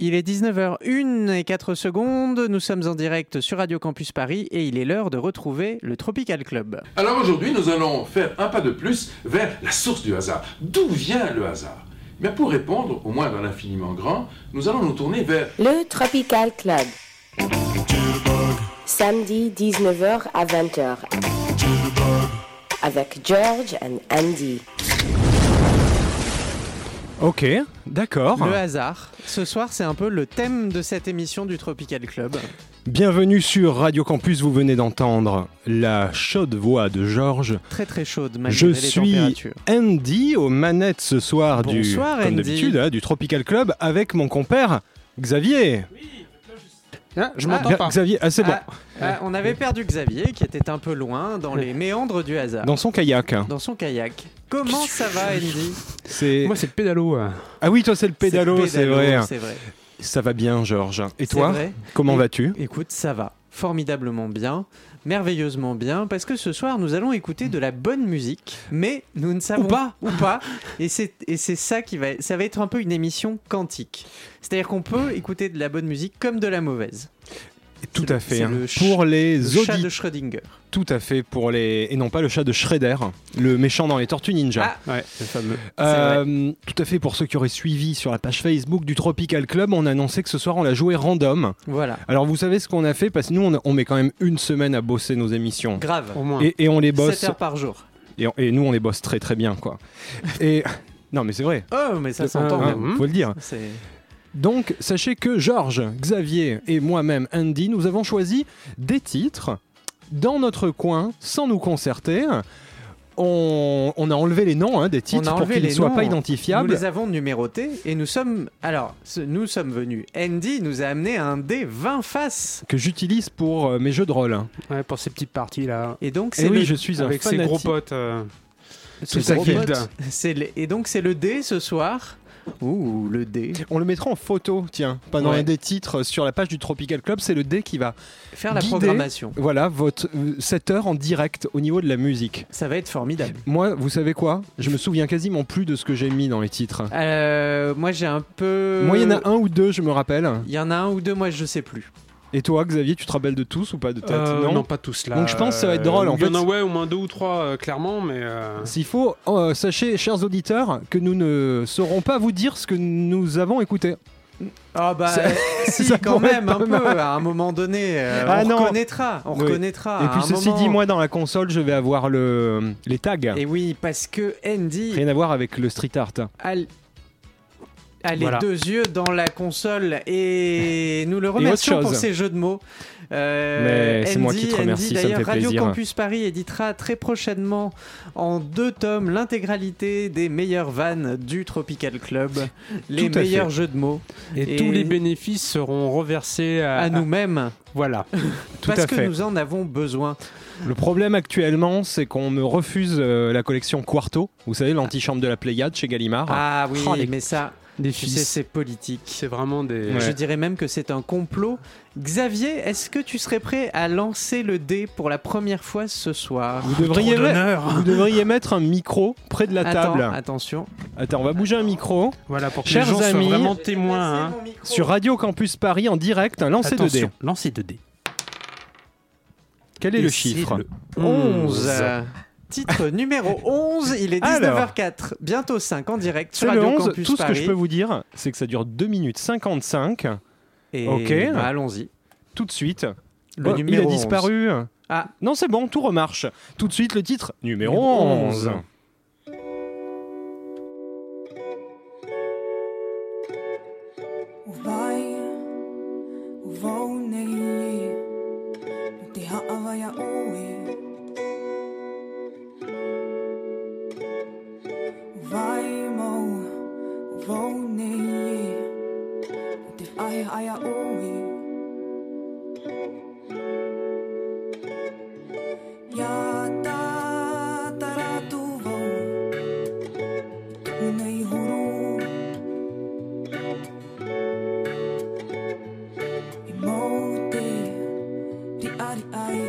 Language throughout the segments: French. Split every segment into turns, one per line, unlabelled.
Il est 19h01 et 4 secondes, nous sommes en direct sur Radio Campus Paris et il est l'heure de retrouver le Tropical Club.
Alors aujourd'hui, nous allons faire un pas de plus vers la source du hasard. D'où vient le hasard Mais pour répondre, au moins dans l'infiniment grand, nous allons nous tourner vers
Le Tropical Club. Samedi 19h à 20h. Avec George and Andy.
Ok, d'accord.
Le hasard. Ce soir, c'est un peu le thème de cette émission du Tropical Club.
Bienvenue sur Radio Campus, vous venez d'entendre la chaude voix de Georges.
Très très chaude,
Je
malgré les
suis
températures.
Andy aux manettes ce soir du,
Bonsoir,
comme
Andy.
d'habitude, hein, du Tropical Club avec mon compère Xavier.
Hein, je
Ah,
m'entends
Ga-
pas.
Xavier, ah c'est bon,
Ah, ah, on avait perdu Xavier qui était un peu loin dans les méandres du hasard.
dans son kayak. hein.
Dans son kayak. Comment ça va, Andy
C'est
Moi, c'est le pédalo. hein.
ah oui toi c'est le pédalo, c'est vrai.
C'est vrai.
Ça va bien Georges. Et
C'est
toi,
vrai.
comment
Et-
vas-tu
Écoute, ça va. Formidablement bien, merveilleusement bien, parce que ce soir nous allons écouter de la bonne musique, mais nous ne savons
Ou pas.
ou pas. Et c'est et c'est ça qui va ça va être un peu une émission quantique. C'est-à-dire qu'on peut écouter de la bonne musique comme de la mauvaise.
Tout
c'est
à
le-
fait.
c'est
hein.
le ch-
Pour les
Le chat
auditeurs,
de Schrödinger.
tout à fait pour les et non pas le chat de Shredder, le méchant dans les Tortues Ninja.
Ah,
Ouais, c'est fameux.
Euh, tout à fait, pour ceux qui auraient suivi sur la page Facebook du Tropical Club, on annonçait que ce soir on la jouait random.
Voilà,
Alors vous savez ce qu'on a fait parce que nous on, on met quand même une semaine à bosser nos émissions.
grave.
Au moins.
Et, et on les
7
bosse,
heures par jour.
et, et nous on les bosse très très bien quoi. Et non mais c'est vrai,
Oh, mais ça
Euh,
s'entend.
hein,
même.
même.
faut le dire.
C'est-
Donc sachez que Georges, Xavier et moi-même Andy, nous avons choisi des titres dans notre coin sans nous concerter. On, on a enlevé les noms hein, des titres pour
enlevé
qu'ils ne
les
soient
noms.
pas
Nous
identifiables.
les avons numérotés et nous sommes. Alors, ce- nous sommes venus. Andy nous a amené un dé 20 faces.
Que j'utilise pour euh, mes jeux de rôle.
Ouais, pour ces petites parties là.
Et donc,
Et
c'est
Eh oui,
le-
je suis un
Avec ses
fanatique.
gros potes. euh,
c'est
tout à
le
fait.
gros pote. C'est le- Et donc, c'est le dé ce soir. Ouh, le dé.
On le mettra en photo, tiens, pendant
Ouais.
un des titres sur la page du Tropical Club. C'est le dé qui va,
Faire la
Guidé.
programmation.
voilà, votre euh, 7 heures en direct au niveau de la musique.
Ça va être formidable.
Moi, vous savez quoi Je me souviens quasiment plus de ce que j'ai mis dans les titres.
Euh, moi, j'ai un peu.
Moi, il y en a un ou deux, je me rappelle.
Il y en a un ou deux, moi, je sais plus.
Et toi, Xavier, tu te rappelles de tous ou pas de tête
euh, non. pas tous là.
Donc, je pense que ça va être drôle,
Euh,
en
Il y en
fait.
a ouais, au moins deux ou trois, euh, clairement, mais. euh,
S'il faut, euh, sachez, chers auditeurs, que nous ne saurons pas vous dire ce que nous avons écouté.
Ah, bah,
Ça-
si,
ça
quand
pourrait
même,
être
un
pas
peu.
mal.
À un moment donné, euh,
Ah,
on
non.
reconnaîtra. On
Oui.
reconnaîtra.
Et
à
puis,
Ah, un
ceci
moment.
dit, moi, dans la console, je vais avoir le, les tags.
Et oui, parce que Andy
Rien à voir avec le street art.
a, l- a les
Voilà.
deux yeux dans la console et nous le
autre
remercions
chose.
pour ces jeux de mots. Euh,
Mais c'est moi qui te
Andy-
remercie,
Andy,
ça me
D'ailleurs,
fait
Radio
plaisir.
Campus Paris éditera très prochainement en deux tomes l'intégralité des meilleures vannes du Tropical Club, les
Tout à
meilleurs jeux de mots
Et,
Et-
tous les bénéfices seront reversés à,
à nous-mêmes
Voilà.
Ah, Tout
parce
à
que
fait.
nous en avons besoin.
Le problème actuellement, c'est qu'on me refuse euh, la collection Quarto. Vous savez, l'antichambre de la Pléiade chez Gallimard.
Ah oui,
Oh, les-
mais ça,
Des
tu sais,
fils.
c'est politique.
C'est vraiment des.
Je
Ouais.
dirais même que c'est un complot. Xavier, est-ce que tu serais prêt à lancer le dé pour la première fois ce soir
vous, devriez me-
hein.
vous devriez mettre un micro près de la
Attends,
table.
attention.
Attends, on va bouger un micro.
Voilà, pour que
Chers
les gens
amis,
soient vraiment témoins. Hein.
Sur Radio Campus Paris en direct, un lancer de dés.
Attention, lancez 2 dés.
Quel est
Et
le
c'est
chiffre
le
11. Titre numéro 11, il est
Alors.
19h04, bientôt 5 en direct sur
C'est le
Radio
11.
Campus
Tout ce que
Paris.
je peux vous dire, c'est que ça dure 2 minutes 55.
Et
Ok.
bah, allons-y.
Tout de suite.
Le
Oh, il
numéro
a disparu.
Ah.
Non, c'est bon, tout remarche. Tout de suite, le titre numéro
Numéro
11.
11.
Wobei, uwonei, te haava ya oe. Wai mo, uwonei, te ai ai a oe. Ya ta taratu vau, unei huru. Emote, di ari ai,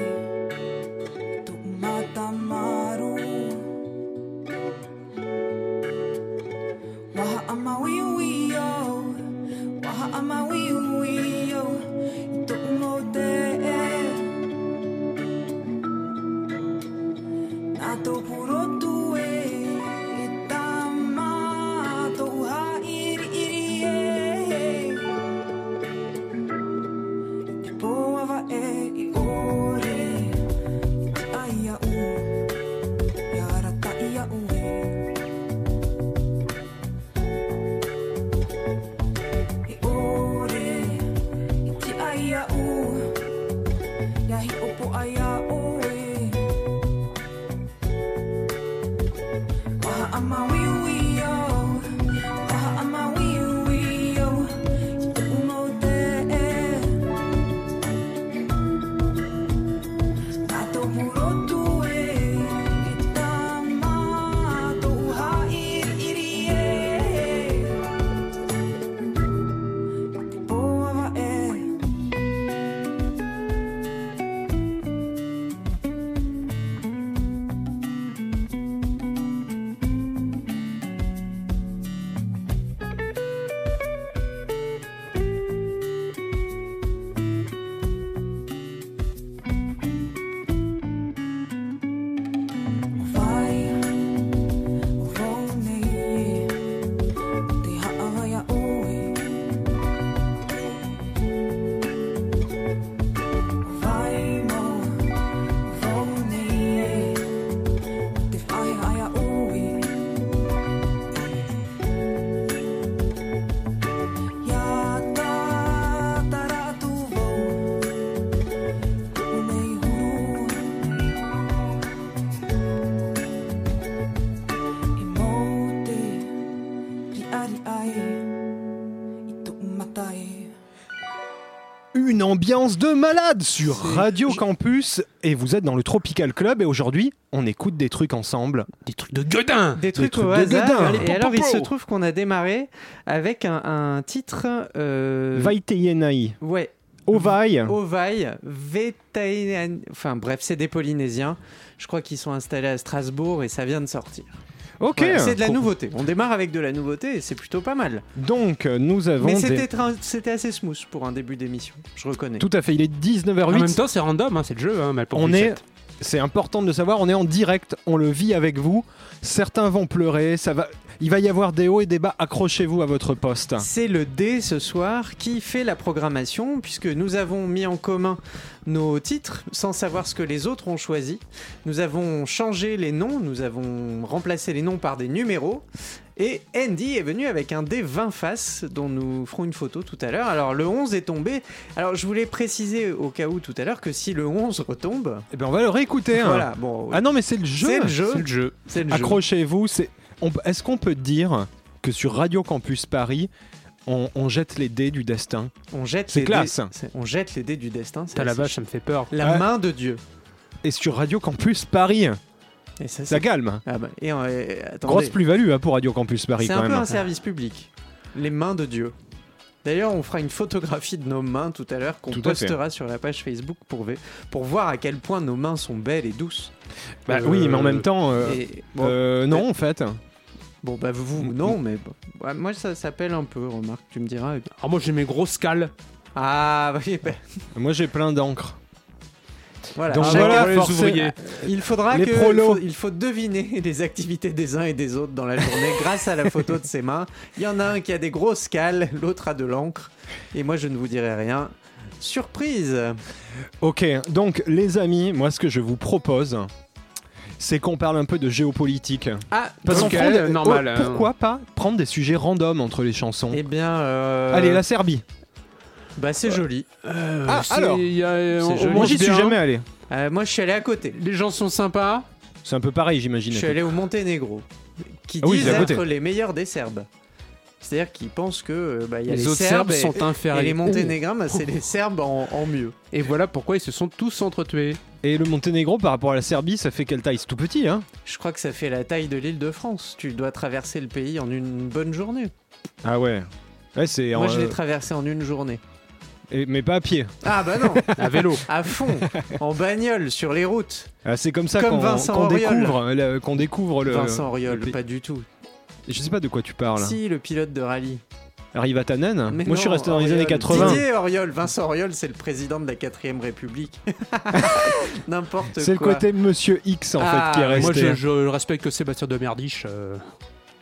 tu mata maru. Waha ama wiwi yo, waha ama まうようよいと思うでなとプロとへいたまとはいりいりえ一方はえいおれあいやうやらたいやうえ He ore, iti aya o, yahi opo aya oe. Waha ama wiwi yo, waha ama wiwi yo, ito umo te e. Tato puro tue, itama to uha iri iri e. Boa é. Vai, oh, vou nem te haia oi. Vai mo, vou nei, te vai aia ui. Ya ta tara tu vou, tu nei huru. E mo te riari ai, i tu matai.
Une ambiance de malade sur Radio Campus et vous êtes dans le Tropical Club et aujourd'hui on écoute des trucs ensemble.
Des trucs de gueudin
Des trucs
trucs
au
de
hasard.
dédain.
Et
Allez,
alors, il se
popopo.
trouve qu'on a démarré avec un, un titre. euh,
Vaiteienai,
Ouais,
Ovaï,
Ovaille, Vetainen. Enfin, bref, c'est des Polynésiens. Je crois qu'ils sont installés à Strasbourg et ça vient de sortir.
ok.
Oh, Voilà, c'est de la nouveauté. On démarre avec de la nouveauté et c'est plutôt pas mal.
Donc euh, nous avons
Mais
des-
c'était tra- c'était assez smooth pour un début d'émission, je reconnais.
Tout à fait, il est 19h08.
En même temps, c'est random, hein, c'est le jeu. Hein, mal pour
on
lui,
est,
cette.
c'est important de le savoir, on est en direct, on le vit avec vous. Certains vont pleurer, ça va, il va y avoir des hauts et des bas. Accrochez-vous à votre poste.
C'est le D ce soir qui fait la programmation puisque nous avons mis en commun nos titres sans savoir ce que les autres ont choisi. Nous avons changé les noms, nous avons remplacé les noms par des numéros. Et Andy est venu avec un dé 20 faces dont nous ferons une photo tout à l'heure. Alors le 11 est tombé. Alors je voulais préciser au cas où tout à l'heure que si le 11 retombe,
Eh bien, on va le réécouter. hein.
voilà, bon,
Ah non, mais c'est le jeu.
C'est le jeu.
C'est le jeu.
c'est le jeu.
Accrochez-vous. C'est... on- Est-ce qu'on peut dire que sur Radio Campus Paris, on, on jette les dés du destin
On jette
C'est
les
classe.
dés- c'est- on jette les dés du destin. c'est
T'as la
assez
vache,
chiant.
ça me fait peur.
La
Ouais.
main de Dieu.
Et sur Radio Campus Paris,
Et ça, c'est
ça calme.
Ah bah, et, euh, attendez.
Grosse plus-value hein, pour Radio Campus Paris
C'est
quand
un peu
même.
un service public. Les mains de Dieu. D'ailleurs, on fera une photographie de nos mains tout à l'heure qu'on
Tout à
postera sur la page Facebook pour, ve- pour voir à quel point nos mains sont belles et douces.
Bah oui, mais en même temps, euh,
Et- bon,
euh, mm, non en fait.
bon, bah vous, vous- non, mais bon. Ouais, moi ça s'appelle un peu, remarque, tu me diras. eh
Alors Ah, moi, j'ai mes grosses cales.
Ah, oui, bah,
Moi j'ai plein d'encre.
voilà.
Donc
Chacun-
voilà,
pour les
forcé-
ouvriers.
Il faudra
Les
que
prolos.
il faut- il faut deviner les activités des uns et des autres dans la journée grâce à la photo de ses mains. Il y en a un qui a des grosses cales, l'autre a de l'encre et moi je ne vous dirai rien. Surprise.
Ok, donc les amis, moi ce que je vous propose, c'est qu'on parle un peu de géopolitique.
Ah,
Parce
Ok,
qu'on prend des-
normal,
oh,
hein.
pourquoi pas prendre des sujets random entre les chansons
eh bien euh,
Allez, la Serbie.
bah c'est joli.
Ah,
Euh, C'est-
alors.
il y a- euh, on- on
joli.
Moi
mange
j'y suis
bien.
jamais allé.
Euh, moi je suis allé à côté.
Les gens sont sympas.
C'est un peu pareil,
Je
j'imagine.
suis allé au Monténégro qui
Ah oui,
disent
c'est à côté.
être les meilleurs des Serbes. C'est-à-dire qu'ils pensent que euh, bah, il y a
Les,
les,
autres
Serbes,
Serbes
et-
sont
et,
inférieurs.
les Monténégrins, bah, c'est les Serbes en, en mieux.
Et voilà pourquoi ils se sont tous entretués.
Et le Monténégro par rapport à la Serbie, ça fait quelle taille C'est tout petit, hein
Je crois que ça fait la taille de l'île de France. Tu dois traverser le pays en une bonne journée.
Ah ouais. Ouais, c'est.
Moi,
en- euh,
je l'ai traversé en une journée.
et- mais pas à pied.
Ah bah non,
À vélo.
à fond, en bagnole, sur les routes.
Ah, c'est comme ça
Comme
qu'on
Vincent
qu'on
Auriol.
découvre, le- qu'on découvre Oh, le.
Vincent
le Oh
Auriol,
pays.
pas du tout.
Je sais pas de quoi tu parles.
Si, le pilote de rallye.
Rivatanen.
Mais
Moi, je suis
non,
resté dans les
Auriol.
années 80.
Ah. Didier Auriol, Vincent Auriol, c'est le président de la 4ème République. N'importe quoi.
C'est le côté Monsieur X en
Ah,
fait qui est resté.
Moi, je, je respecte que Sébastien de Merdiche, euh,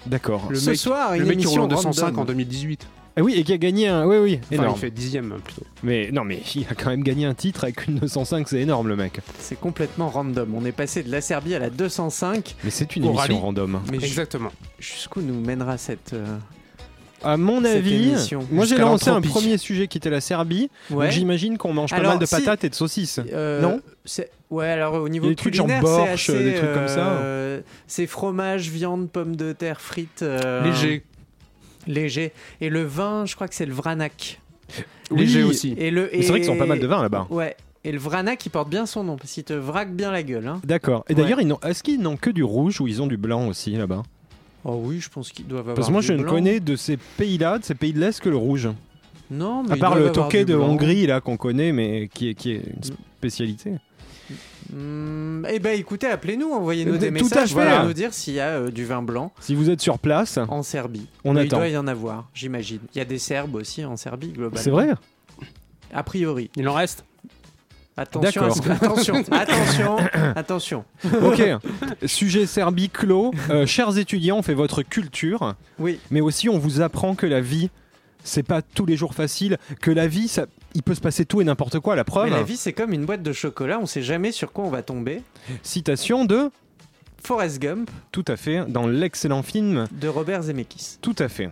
D'accord.
le
Ce
mec,
soir,
le
Ah, une
mec qui roule en
émission
205
random.
en 2018.
Ah oui, et qui a gagné un. Oui, oui.
Enfin,
Énorme.
il fait dixième plutôt.
Mais non, mais il a quand même gagné un titre avec une 205, c'est énorme le mec.
C'est complètement random. On est passé de la Serbie à la 205.
Mais c'est une
Au
émission
rallye.
random.
Mais ju-
Exactement.
jusqu'où nous mènera cette. euh,
À mon
Cette
avis,
émission.
moi j'ai
Jusqu'à
lancé un
l'entropie.
premier sujet qui était la Serbie.
Ouais.
Donc J'imagine qu'on mange pas
Alors,
mal de
si.
patates et de saucisses.
Euh,
Non
c'est- Ouais, alors au niveau
Des trucs genre
culinaire,
borsch,
c'est assez,
des trucs comme ça.
euh, c'est fromage, viande, pommes de terre, frites. euh,
Léger.
Léger. Et le vin, je crois que c'est le Vranac.
Léger aussi.
Et le.
Mais c'est vrai qu'ils ont
et-
pas mal de vin là-bas.
Ouais. Et le Vranac, il porte bien son nom parce qu'il te vraque bien la gueule. Hein.
D'accord. Et
Ouais.
d'ailleurs, ils n'ont- est-ce qu'ils n'ont que du rouge ou ils ont du blanc aussi là-bas
Oh oui, je pense qu'ils doivent avoir.
Parce que moi,
du
je ne
blanc.
connais de ces pays-là, de ces pays de l'Est, que le rouge.
Non, mais
à
ils
part
doivent
le
avoir
toquet
du
de
blanc. Mm.
Hongrie là qu'on connaît, mais qui est, qui est une spécialité.
Hmm, eh ben, écoutez, appelez-nous, envoyez-nous
Euh, Tout
des
à
messages
fait.
pour nous dire s'il y a euh, du vin blanc
Si vous êtes sur place,
en Serbie.
on
Mais Bah, Il
attend.
doit y en avoir, j'imagine. Il y a des Serbes aussi en Serbie, globalement.
C'est vrai
A priori.
Il en reste.
Attention, à ce que- attention, attention, attention.
Ok. Sujet Serbie clos. Euh, chers étudiants, on fait votre culture,
Oui,
mais aussi on vous apprend que la vie, c'est pas tous les jours facile, que la vie, ça, il peut se passer tout et n'importe quoi. La preuve,
mais la vie c'est comme une boîte de chocolat, on sait jamais sur quoi on va tomber.
citation de,
Forrest Gump
tout à fait, dans l'excellent film,
de Robert Zemeckis.
tout à fait.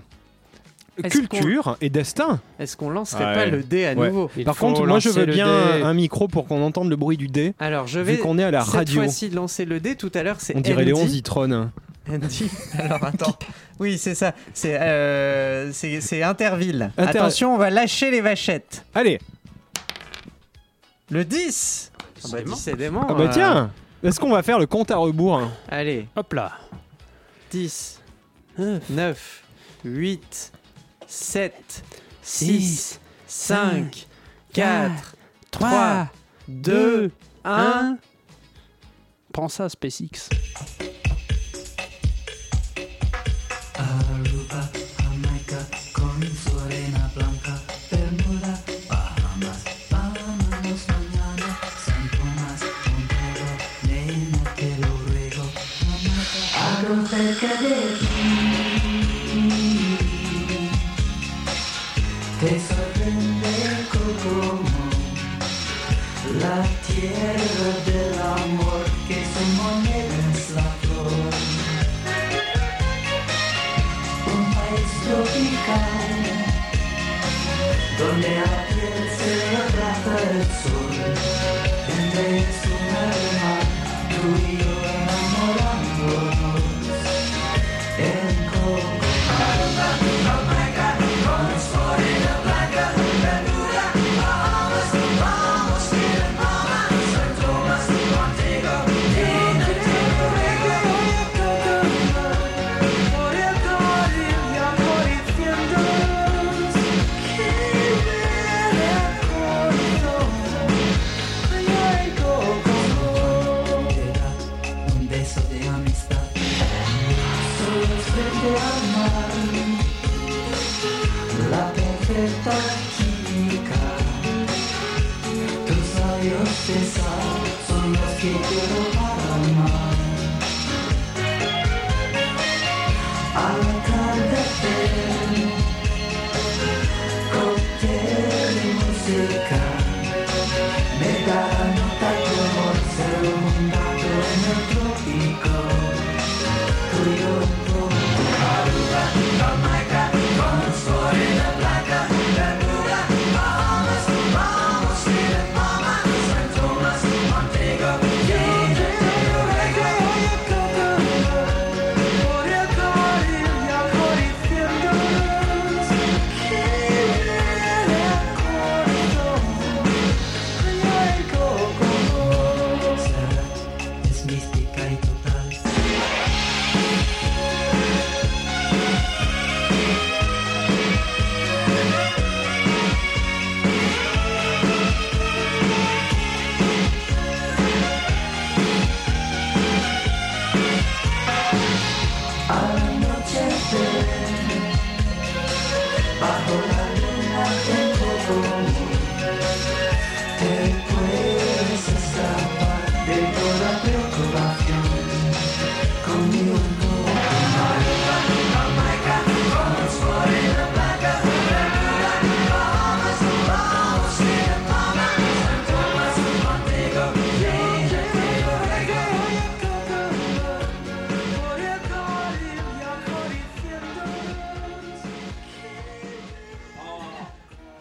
Est-ce
Culture et destin.
Est-ce qu'on lancerait
Ah
pas
ouais.
le dé à
Ouais.
nouveau
Il
Par
faut
contre, moi je
lancer
veux
le
bien
dé.
un micro pour qu'on entende le bruit du dé.
Alors je
Vu
vais
qu'on est à la
cette
radio,
fois-ci lancer le dé. Tout à l'heure c'est
on dirait Léon
Andy.
Zitrone.
Andy. Alors attends. Oui c'est ça. C'est euh, c'est c'est Interville.
Inter-
Attention, on va lâcher les vachettes.
Allez,
Le 10 Ah bah,
Décidément.
décidément,
ah bah
euh,
tiens, est-ce qu'on va faire le compte à rebours hein
Allez,
Hop là.
10, 9, 8, 7, 6, 5, 4, 3, 2, 1.
Prends ça, SpaceX.
Un beso de amistad. Solo es verte amar. La perfecta química. Tus labios besar son los que quiero para amar. Al atardecer, cóctel y música. Me darán nota como ser un gato en el trópico. Tuyo
Te puedes escapar de toda preocupación Conmigo un poco más.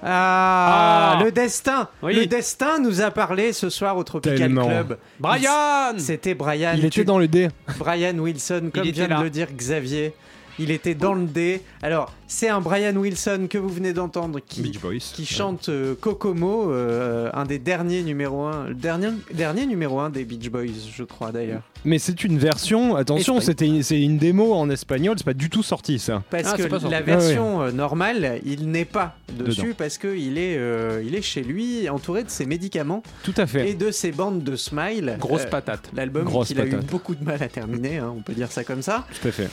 Ah,
Ah.
le destin
Oui.
Le destin nous a parlé ce soir au Tropical
Tellement.
Club.
Brian
Il- Mmh. C'était Brian.
Il
Ah, Tu-
était dans le dé.
Brian Wilson, comme
était
vient de
là.
le dire Xavier. Il était dans le dé. Alors, c'est un Brian Wilson que vous venez d'entendre qui, qui chante euh, Kokomo, euh, un des derniers numéro 1, le dernier, dernier numéro 1 des Beach Boys, je crois d'ailleurs.
Mais c'est une version, attention,
Espagnol.
c'était une- c'est une démo en espagnol, c'est pas du tout sorti ça.
Parce
Ah,
que
c'est pas sorti.
la
Ah,
version euh, normale, il n'est pas dessus
Dedans.
parce qu'il est, euh, il est chez lui, entouré de ses médicaments
Tout à fait.
et de ses bandes de smile.
Grosse
Euh,
patate.
L'album
Grosse
qu'il a eu
patate.
beaucoup de mal à terminer, hein, on peut dire ça comme ça.
Tout à fait.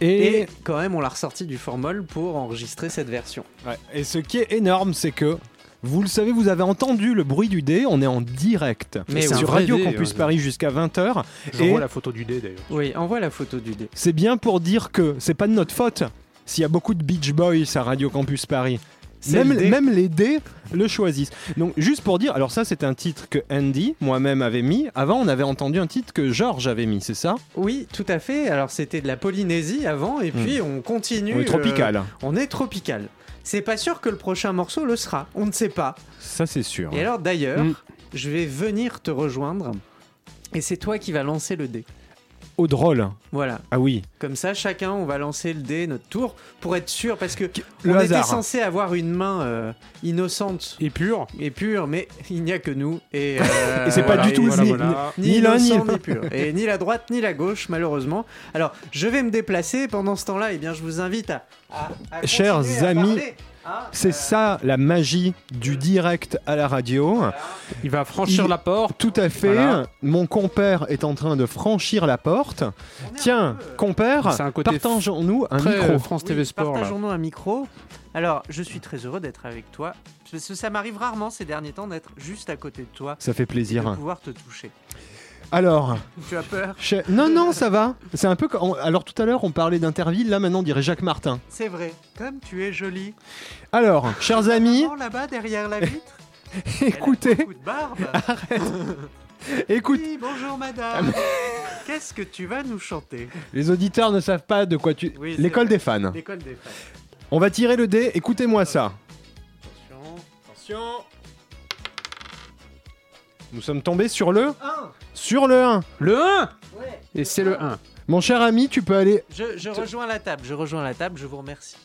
Et,
Et,
quand même, on l'a ressorti du formol pour enregistrer cette version.
ouais, et ce qui est énorme, c'est que vous le savez, vous avez entendu le bruit du dé, on est en direct.
Mais
c'est
oui.
sur
Un vrai
Radio
dé,
Campus
ouais.
Paris jusqu'à 20h.
Je
Et
vois la photo du dé d'ailleurs.
Oui, envoie la photo du dé.
c'est bien pour dire que c'est pas de notre faute s'il y a beaucoup de Beach Boys à Radio Campus Paris.
C'est
Même,
le dé.
même les dés le choisissent. Donc juste pour dire, alors ça c'est un titre que Andy, moi-même, avait mis. Avant on avait entendu un titre que Georges avait mis, c'est ça
Oui, tout à fait. Alors c'était de la Polynésie avant, et puis Hmm. on continue.
Oui, tropical.
euh, on est tropical. C'est pas sûr que le prochain morceau le sera. On ne sait pas.
Ça c'est sûr.
Et alors d'ailleurs,
Mm.
je vais venir te rejoindre, et c'est toi qui vas lancer le dé.
Au drôle.
Voilà.
Ah oui.
Comme ça, chacun, on va lancer le dé notre tour pour être sûr, parce que
Le
on
hasard.
était censé avoir une main euh, innocente
Et pur.
et pure, mais il n'y a que nous. Et, euh,
Et c'est pas
voilà,
du
et
tout
voilà,
ni-
voilà.
ni,
Ni,
l'un ni
innocent, ni pur. Et ni la droite ni la gauche, malheureusement. Alors, je vais me déplacer. Pendant ce temps-là, eh bien, je vous invite à. à- à
Chers
continuer à
amis,
parler, hein.
C'est ça la magie du direct à la radio.
Il va franchir
Il-
la porte.
Tout à fait.
Voilà.
Mon compère est en train de franchir la porte.
On est un
Tiens,
peu, euh,
compère,
C'est un côté
partageons-nous un
Très
micro.
euh, France
oui,
TV Sport là.
Partageons-nous un micro. Alors, je suis très heureux d'être avec toi. Parce que ça m'arrive rarement ces derniers temps d'être juste à côté de toi.
Ça fait
et de
plaisir.
pouvoir te toucher.
Alors,
Tu as peur
che- non, non, ça va. C'est un peu. comme- on- Alors tout à l'heure, on parlait d'Interville. Là, maintenant, on dirait Jacques Martin.
C'est vrai. Comme tu es jolie.
Alors, chers amis,
Oh, là-bas, derrière la vitre. elle a
écoutez,
beaucoup de barbe.
écoute.
Oui, bonjour madame. Qu'est-ce que tu vas nous chanter
Les auditeurs ne savent pas de quoi tu.
Oui, c'est
L'école
vrai.
des fans.
L'école des femmes.
On va tirer le dé. Écoutez-moi ça.
Attention.
Nous sommes tombés sur le.
Un.
Sur le 1.
Le 1
Ouais.
Et c'est le 1.
Mon cher ami, tu peux aller.
Je, je rejoins la table, je rejoins la table, je vous remercie.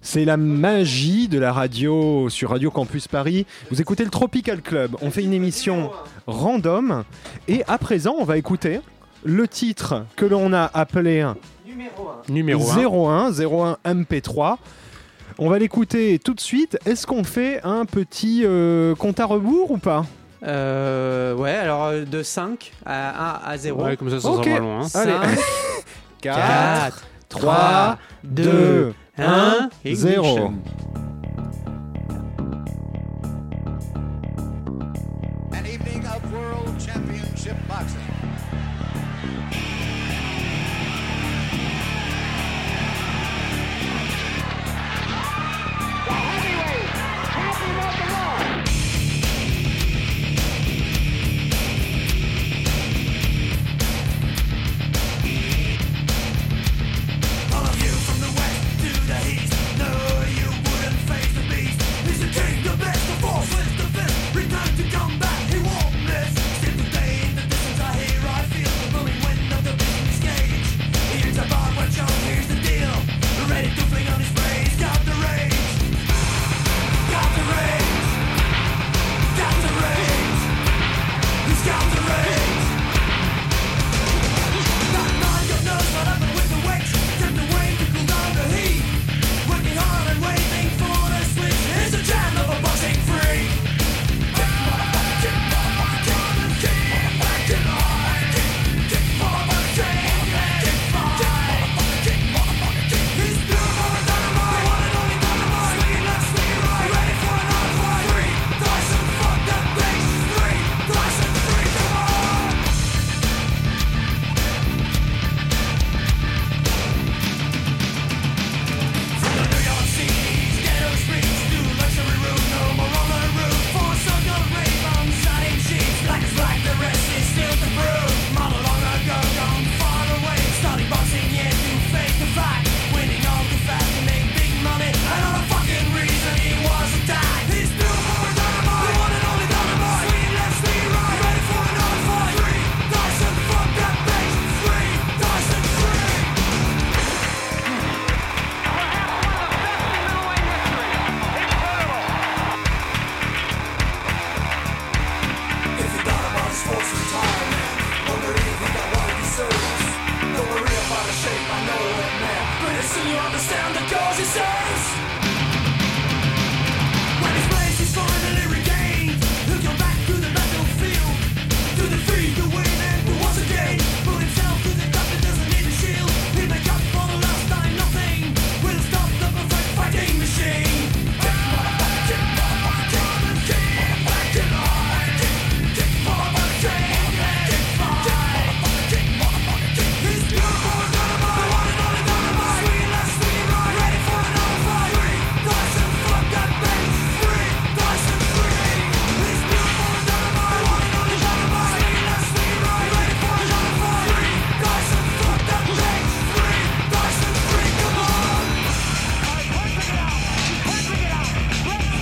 C'est la magie de la radio sur Radio Campus Paris. Vous écoutez le Tropical Club. On fait une émission random. Et à présent, on va écouter le titre que l'on a appelé
Numéro 1.
Numéro 1.
01, 01 MP3. On va l'écouter tout de suite. Est-ce qu'on fait un petit euh, compte à rebours ou pas
Euh, ouais, alors euh, de 5 à 1 à 0.
Ouais, comme ça, ça
Ok. Ah.
sera loin. hein.
5, 4,
3, 2,
Euh,
2, 1,
0.
an evening of World Championship Boxing.
All of you from the west to the east No, you wouldn't face the beast He's the king, the best, the force is the fist Return to combat, he won't miss Still today in the distance I hear, I feel The booming wind of the beat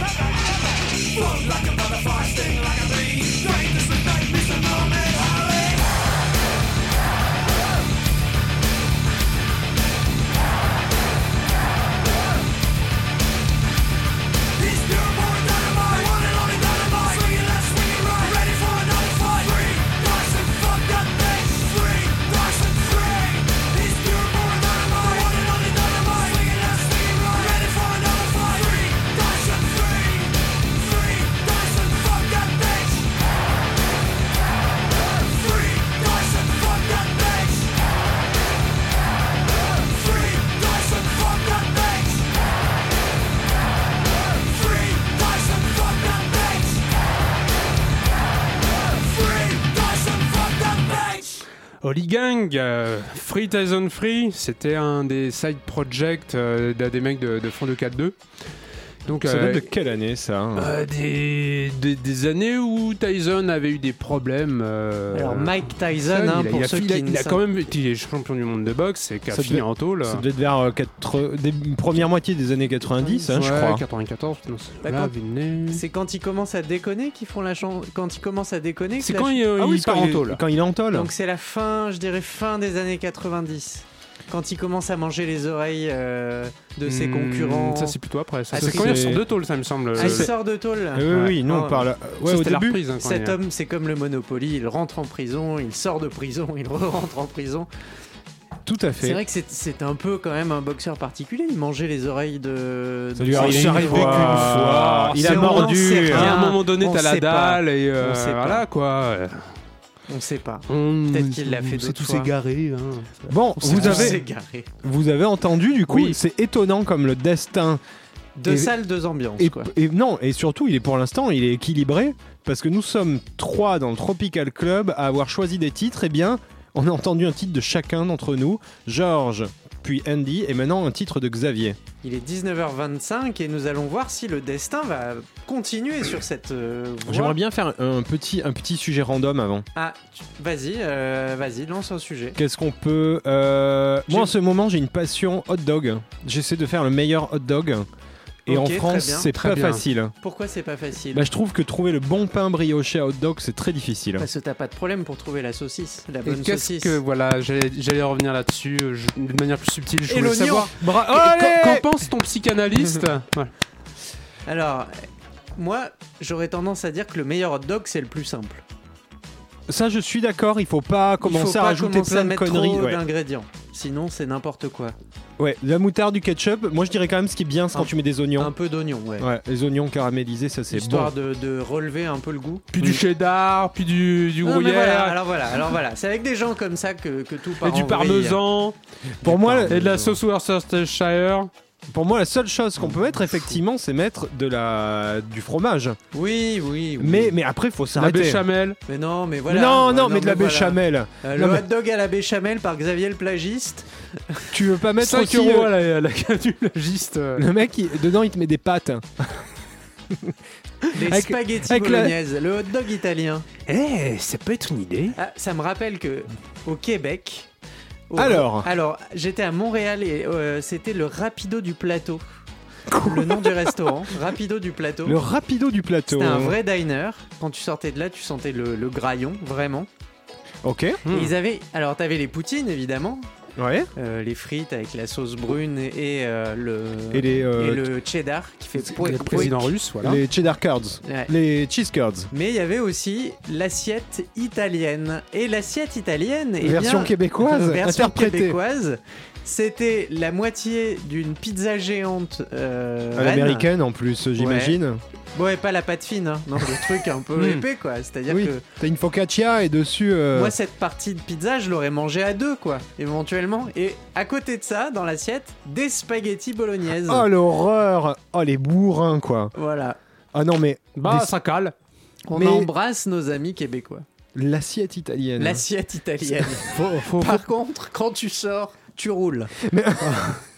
Float like a butterfly, sting like a bee. Greatness would make me some moment, Harry. He's pure born dynamite, one and only dynamite. Swinging left, swinging right, ready for another fight. Free, nice and fuck that bitch. Free, nice and free. He's pure born dynamite, one and only dynamite. Swinging left, swinging right, ready for another fight. Free, nice and free. Free, nice and fuck that bitch. Free, nice and fuck that bitch. Free, nice and fuck that bitch. Free, nice and fuck that bitch. Free, nice and fuck that bitch.
Holy Gang, euh, Free Tyson Free, c'était un des side projects euh, d'un des mecs de, de Fond de 4-2. Donc,
Ça
euh,
date de quelle année ça hein
euh, des, des, des années où Tyson avait eu des problèmes. euh,
Alors Mike Tyson,
Tyson,
hein,
il a-
pour
il a,
ceux
il a-
qui ne
il a
savent
quand même été champion du monde de boxe et qui a
Ça
fini
devait-
en tôle.
Ça devait être vers euh, quatre- des- première moitié des années 90, hein, je
Ouais,
crois.
94, putain, c'est
Bah,
là,
quand-
Villeneuve.
C'est quand ils commencent à déconner qu'ils font la chan... Quand ils commencent à déconner. que
C'est
la
quand
ch-
il, euh,
Ah
il
oui,
part
quand
en
il est-
tôle.
Quand il est en tôle.
Donc c'est la fin, je dirais fin des années 90, quand ils commencent à manger les oreilles euh, de ses
Hmm,
concurrents.
Ça, c'est Euh, plutôt après. ça.
Ah,
C'est
c'est-
quand il
c'est-
sort de tôle, ça me semble.
Ah,
le-
il sort de tôle.
Eh oui,
Ouais.
oui, nous on
Ah,
parle. Ouais,
ça,
au
c'était la
début.
reprise, hein, quand il
Cet
y a-
homme, c'est comme le Monopoly, il rentre en prison, il sort de prison, il rentre en prison.
Tout
C'est
à fait.
vrai que c'est- c'est un peu quand même un boxeur particulier, il mangeait les oreilles de...
Ça
de
lui est
ses
arrivé
concurrents.
qu'une fois. Il a
C'est- on
mordu.
n'en sait
À
rien.
un moment donné,
On
t'as la
sait pas.
dalle et euh,
On sait pas.
voilà quoi.
On sait
Hmm,
pas.
Peut-être
Peut-être qu'il l'a fait d'autres fois.
égaré.
Bon, vous
On s'est
avez,
garé.
vous avez entendu du coup,
Oui.
c'est étonnant comme le destin.
Deux
Et-
salles, deux ambiances.
Et,
quoi.
et non, et surtout, il est pour l'instant, il est équilibré parce que nous sommes trois dans le Tropical Club à avoir choisi des titres. Eh bien, on a entendu un titre de chacun d'entre nous, Georges, puis Andy, et maintenant un titre de Xavier.
Il est 19h25 et nous allons voir si le destin va continuer sur cette euh, voie.
J'aimerais bien faire un petit, un petit sujet random avant.
Ah, tu- vas-y, euh, vas-y, lance un sujet.
Qu'est-ce qu'on peut. euh, Moi,
J'ai-
en ce moment, j'ai une passion hot dog. J'essaie de faire le meilleur hot dog. Et
Ok,
en
très
France,
bien,
c'est
très
pas
bien.
facile.
Pourquoi c'est pas facile
Bah, je trouve que trouver le bon pain brioché à hot dog, c'est très difficile.
Parce que t'as pas de problème pour trouver la saucisse, la
Et
bonne
qu'est-ce
saucisse.
que voilà, j'allais j'allais revenir là-dessus euh, je- de manière plus subtile. Je
Et
voulais
l'oignon.
savoir.
Bra-
Qu'en-
Allez
Qu'en pense ton psychanalyste Voilà.
Alors, euh, moi, j'aurais tendance à dire que le meilleur hot dog, c'est le plus simple.
Ça, je suis d'accord, il faut pas
Il
commencer
faut
à
pas
rajouter
commencer
plein
à
de
mettre
conneries.
trop
ouais.
d'ingrédients. Sinon, c'est n'importe quoi.
Ouais, de la moutarde, du ketchup. Moi, je dirais quand même ce qui est bien, c'est quand
Un-
tu mets des oignons.
Un peu d'oignon, ouais.
Ouais, les oignons caramélisés, ça c'est bon.
Ah, bah. Histoire de, de relever un peu le goût. Mm.
Puis du cheddar, puis du, du
Non, mais
gruyère,
voilà, alors voilà, alors voilà. C'est avec des gens comme ça que, que tout part
et du
en vrille.
parmesan,
Pour moi,
et de la sauce Worcestershire.
pour moi, la seule chose qu'on peut mettre effectivement, c'est mettre de la du fromage.
Oui, oui, oui.
Mais mais après, faut
La
s'arrêter.
béchamel.
Mais non, mais voilà.
non,
Ouais,
non, mais de la
voilà.
béchamel.
Euh,
Non,
le
mais-
hot dog à la béchamel par Xavier le plagiste.
Tu veux pas mettre
5
aussi,
euros
euh,
à la, à la canulagiste. euh.
le mec il- dedans il te met des pâtes.
Les
Avec-
spaghettis
avec la-
bolognaises, le hot dog italien.
Eh, ça peut être une idée.
Ah, ça me rappelle que au Québec. au-
Alors
Alors, j'étais à Montréal et euh, c'était le Rapido du Plateau. le nom du restaurant, Rapido du Plateau.
Le rapido du plateau.
C'était un vrai diner. Quand tu sortais de là, tu sentais le, le graillon, vraiment.
Ok.
Et ils avaient. Alors, t'avais les poutines, évidemment.
Ouais.
euh, les frites avec la sauce brune et, euh, le.
Et les euh,
et le cheddar qui fait pouic,
Le
pouic.
président russe, voilà.
les cheddar curds,
Ouais.
les cheese curds.
Mais il y avait aussi l'assiette italienne. Et l'assiette italienne, eh
version
bien,
québécoise
version
interprétée
québécoise, c'était la moitié d'une pizza géante euh,
à
reine.
l'américaine en plus, j'imagine.
Ouais, pas la pâte fine, hein. non, le truc un peu
Hmm.
épais quoi. C'est-à-dire
Oui.
que
T'as une focaccia et dessus. euh,
moi cette partie de pizza, je l'aurais mangée à deux quoi, éventuellement. Et à côté de ça, dans l'assiette, des spaghettis bolognaises.
Oh l'horreur Oh les bourrins quoi
Voilà.
Ah non mais
Bah,
des-
ça cale.
On
Mais- Eh
embrasse nos amis québécois.
l'assiette italienne.
L'assiette italienne.
Faut- faut-
Par contre, quand tu sors, tu roules.
Mais-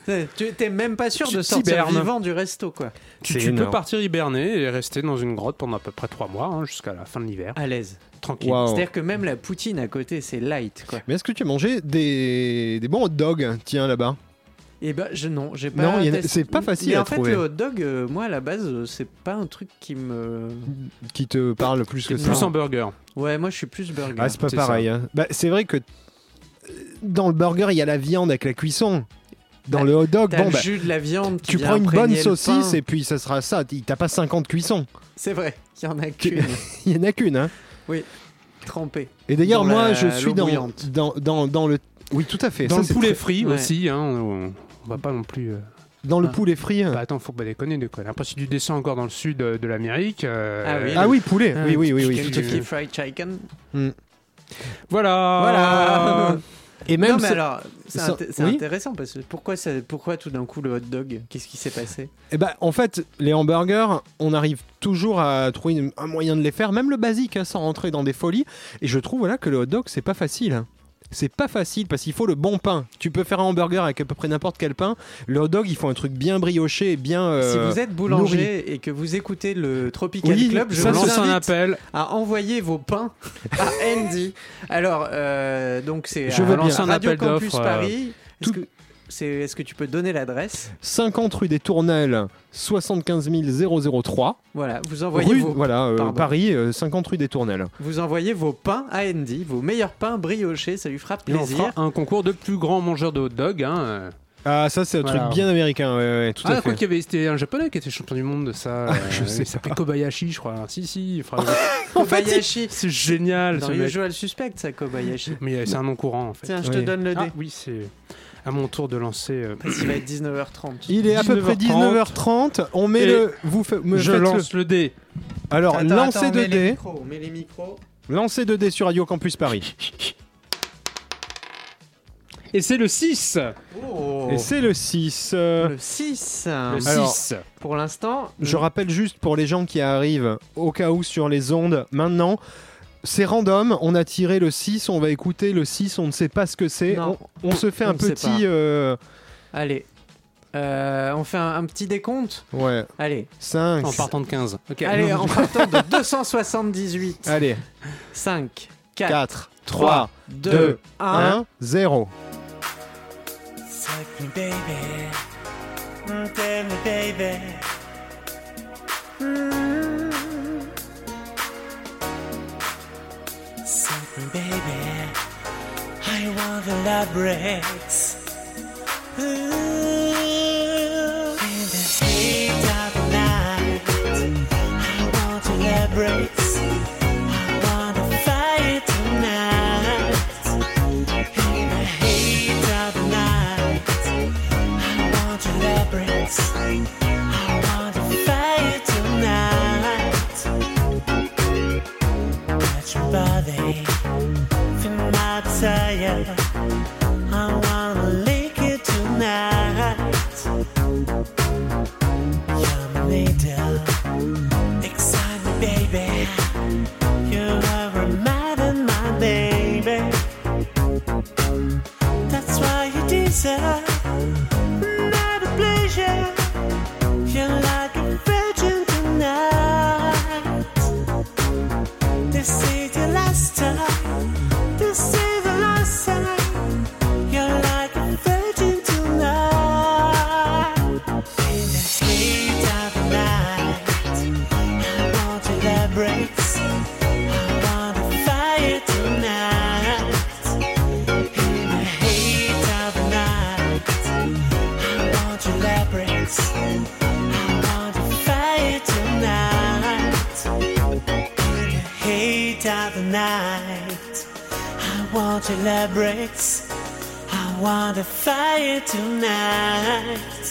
tu t'es même pas sûr
Tu
de sortir
t'hibernes.
vivant du resto, quoi.
Tu,
C'est
tu peux
énorme.
partir hiberner et rester dans une grotte pendant à peu près 3 mois, hein, jusqu'à la fin de l'hiver.
À l'aise.
Tranquille.
Waouh.
C'est-à-dire que même la poutine à côté, c'est light, quoi.
Mais est-ce que tu as mangé des, des bons hot dogs, tiens là-bas
Et ben je non, j'ai pas.
Non, il y en a-
testé.
c'est pas facile
Mais
à
en fait,
trouver.
le hot dog, euh, moi à la base, euh, c'est pas un truc qui me.
qui te parle plus que
Qui
ça.
me
Plus en burger.
Ouais, moi je suis plus burger.
Ah, c'est pas
C'est
pareil. hein. Bah, c'est vrai que euh, dans le burger, il y a la viande avec la cuisson. Dans
Bah,
le hot dog,
T'as
bon,
le
bah,
jus de la viande. qui
tu
vient
prends une bonne
imprégner le
saucisse
pain.
et puis ça sera ça. Il- T'as pas 50 cuissons.
C'est vrai, il y en a
Tu-
qu'une
Il y en a qu'une. Hein.
trempée.
Et d'ailleurs,
Dans
moi,
la-
je suis
l'eau
dans,
bouillante.
dans, dans, dans le. Oui, tout à fait.
Dans
Ça,
le
c'est
poulet
très-
frit
Ouais.
aussi. Hein, on, on va pas non plus. euh,
Dans le
Ah.
poulet frit.
Bah attends, faut pas déconner. déconner. Après, si tu descends encore dans le sud euh, de l'amérique. euh,
Ah oui.
Ah oui, poulet. oui, oui, oui, oui.
tu-
tout à fait.
Kentucky Fried Chicken.
Ah.
Voilà.
Voilà.
Et
non
même.
mais
ça-
alors, c'est
ça-
inté- c'est
oui
intéressant parce que pourquoi ça- pourquoi tout d'un coup le hot dog Qu'est-ce qui s'est passé
Eh ben, en fait, les hamburgers, on arrive toujours à trouver une- un moyen de les faire, même le basique, hein, sans rentrer dans des folies. Et je trouve voilà, que le hot dog, c'est pas facile. hein. C'est pas facile parce qu'il faut le bon pain. Tu peux faire un hamburger avec à peu près n'importe quel pain. Le hot dog, il faut un truc bien brioché et bien. euh,
Si vous êtes boulanger et que vous écoutez le Tropical
Oui,
Club, je
Ça,
vous
c'est un
invite
appel.
à envoyer vos pains à Andy. Alors, euh, donc c'est
Je
à
veux
Radio
bien. Un appel
Campus
d'offres, euh,
Paris. Est-ce
tout-
que c'est- est-ce que tu peux donner l'adresse
50 rue des Tournelles, 75 003.
Voilà, vous envoyez,
rue,
vos,
voilà, euh,
pardon.
Paris, euh, 50 rue des Tournelles.
vous envoyez vos pains à Andy, vos meilleurs pains briochés, ça lui fera
Et on
plaisir.
fera un concours de plus grands mangeurs de hot dog. Hein.
Ah, ça, c'est un
Voilà.
truc bien américain, ouais, ouais, tout
Ah,
à
quoi
fait.
qu'il y avait, c'était un japonais qui était champion du monde de ça. euh,
je sais
il s'appelait Kobayashi, je crois. Si, si. il fera-
Kobayashi.
c'est génial.
Dans
ce
le
mec.
jeu le suspect, ça, Kobayashi.
Mais euh, c'est un nom courant en fait.
Tiens, je te
Oui.
donne le
Ah,
dé.
oui, c'est à mon tour de lancer. euh,
Parce qu'il va être 19h30.
Il est à peu près
19h30.
19h30. On met
Et
le. Vous fa- me
je
faites le-
lance le dé.
Alors,
Attends, attends,
lancez
on met
deux
les
dés.
micros, on met les micros.
Lancez 2D sur Radio Campus Paris.
Et c'est le 6.
Oh.
Et c'est le 6.
Le 6.
Le
Alors,
6.
Pour l'instant,
Je rappelle juste pour les gens qui arrivent au cas où sur les ondes maintenant. C'est random, on a tiré le 6, on va écouter le 6, on ne sait pas ce que c'est. On,
Non,
on se fait
on
un
ne sait pas.
petit. euh,
allez. Euh, on fait un, un petit décompte
ouais,
Allez.
5.
En partant de 15. Ok.
Allez, en partant de 278.
Allez,
5, 4,
4, 3,
2,
2,
1.
1, 0.
Suck me, baby. Mm, Tell me, baby. Mm. Suck me, baby. I want the labyrinth. Ooh. In the heat of the night, I want to labyrinth. I want to fight tonight. In the heat of the night, I want your labyrinth. I want to fight tonight. Touch your body, feel my desire. I wanna lick it tonight. You're my needle, excite me, baby. You are reminding my baby. That's why you deserve not a pleasure. You're like a virgin tonight. This is the last time. This is the last time. You're like a virgin tonight. In the heat of the night, I want to elaborate. I want to fire tonight. In the heat of the night, I want your labyrinth. I want to fight tonight. In the heat of the night, I want your labyrinth. I want to fight tonight.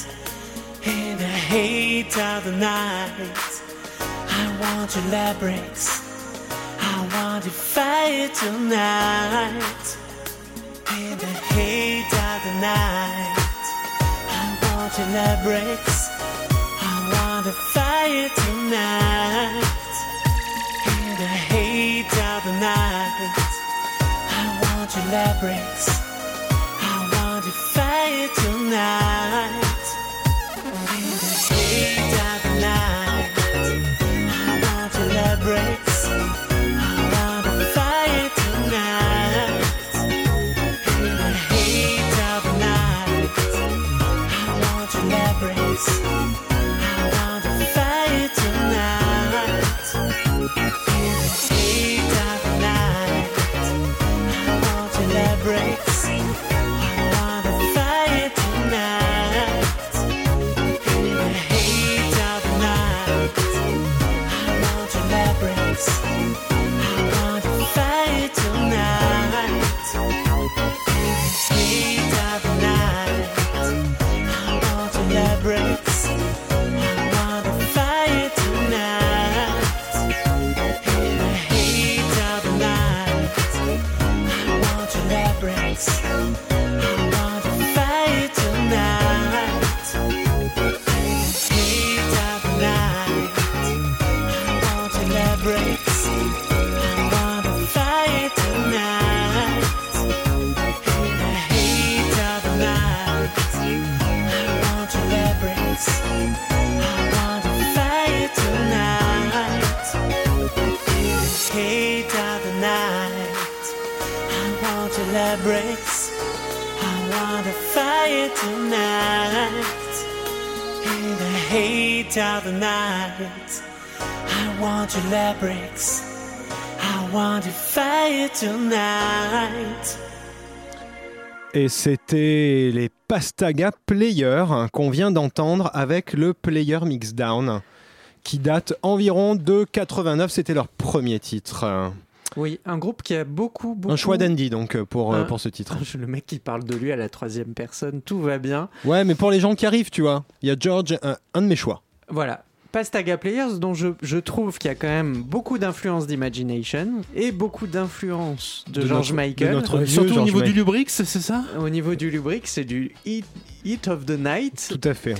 In the heat of the night, I want your labyrinth. I want to fight tonight. In the heat of the night, I want to elaborate. I want to fire tonight. In the heat of the night, I want to elaborate. I want to fire tonight. In the heat of the night, I want to elaborate. I want to fire tonight. In the heat of the night, I
celebrates. I wanna fight tonight. In the heat of the night, I want your leverage. I want to fight tonight. In the heat of the night, I want your leverage. I want to fight tonight. In the heat of the night, I want your leverage. I want to fight tonight.
Et c'était les Pastaga Players hein, qu'on vient d'entendre avec le Player Mixdown qui date environ de 89, c'était leur premier titre. Euh,
Oui, un groupe qui a beaucoup, beaucoup. Ah.
Un choix d'Andy donc euh, pour, euh,
Un-
pour ce titre.
Le mec qui parle de lui à la troisième personne, tout va bien.
Ouais mais pour les gens qui arrivent tu vois, il y a George, un, un de mes choix.
Voilà. Pastaga Players, dont je, je trouve qu'il y a quand même beaucoup d'influence d'Imagination et beaucoup d'influence de,
De
George
notre-
Michael.
de notre vieux
Euh, Surtout au
George
niveau du
Michael.
Lubrix, c'est ça
Au niveau du lubrique, c'est du Heat, Heat of the Night.
Tout à fait.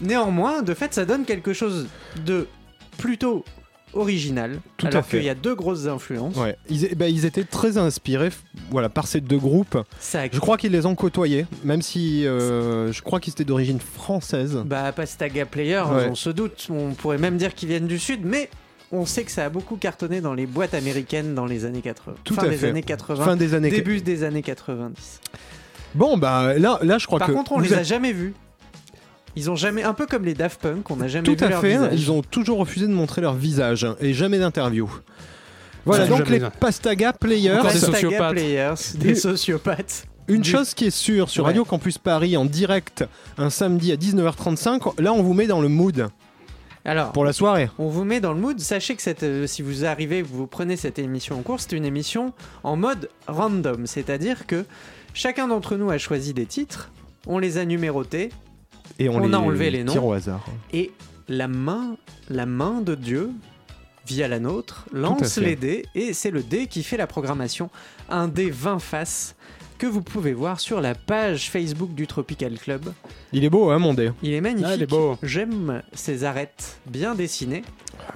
Néanmoins, de fait, ça donne quelque chose de plutôt original.
Tout à
alors
fait.
qu'il y a deux grosses influences.
Ouais. Ils, eh ben, ils étaient très inspirés f- voilà, par ces deux groupes.
Ça
Je crois qu'ils les ont côtoyés, même si euh, je crois qu'ils étaient d'origine française.
Bah, Pastaga Player,
Ouais.
on se doute, on pourrait même dire qu'ils viennent du Sud, mais on sait que ça a beaucoup cartonné dans les boîtes américaines dans les années 80.
Tout
fin
à
des
fait.
années 80,
Fin des années.
début des années 90.
Bon bah là, là je crois
Par
que.
contre, on
vous
les a
êtes-
jamais vus. Ils ont jamais, un peu comme les Daft Punk, on n'a jamais
Tout
vu
à
leur
fait.
visage.
Ils ont toujours refusé de montrer leur visage et jamais d'interview. Voilà
Ouais,
donc
jamais.
les Pastaga Players.
Encore des
Pastaga
sociopathes.
Players,
Du-
des sociopathes.
Une
Du-
chose qui est sûre sur
Ouais.
Radio Campus Paris en direct un samedi à 19h35, là on vous met dans le mood
Alors,
pour la soirée.
On vous met dans le mood. Sachez que cette, euh, si vous arrivez, vous prenez cette émission en cours, c'est une émission en mode random. C'est-à-dire que chacun d'entre nous a choisi des titres, on les a numérotés,
Et on,
On
les
a enlevé les noms.
tire au hasard.
et la main, la main de Dieu, via la nôtre, lance
fait.
les dés, et c'est le dé qui fait la programmation. Un dé 20 faces que vous pouvez voir sur la page Facebook du Tropical Club.
Il est beau hein mon dé.
Il est magnifique.
Ah, il est beau.
J'aime ces arêtes bien dessinées.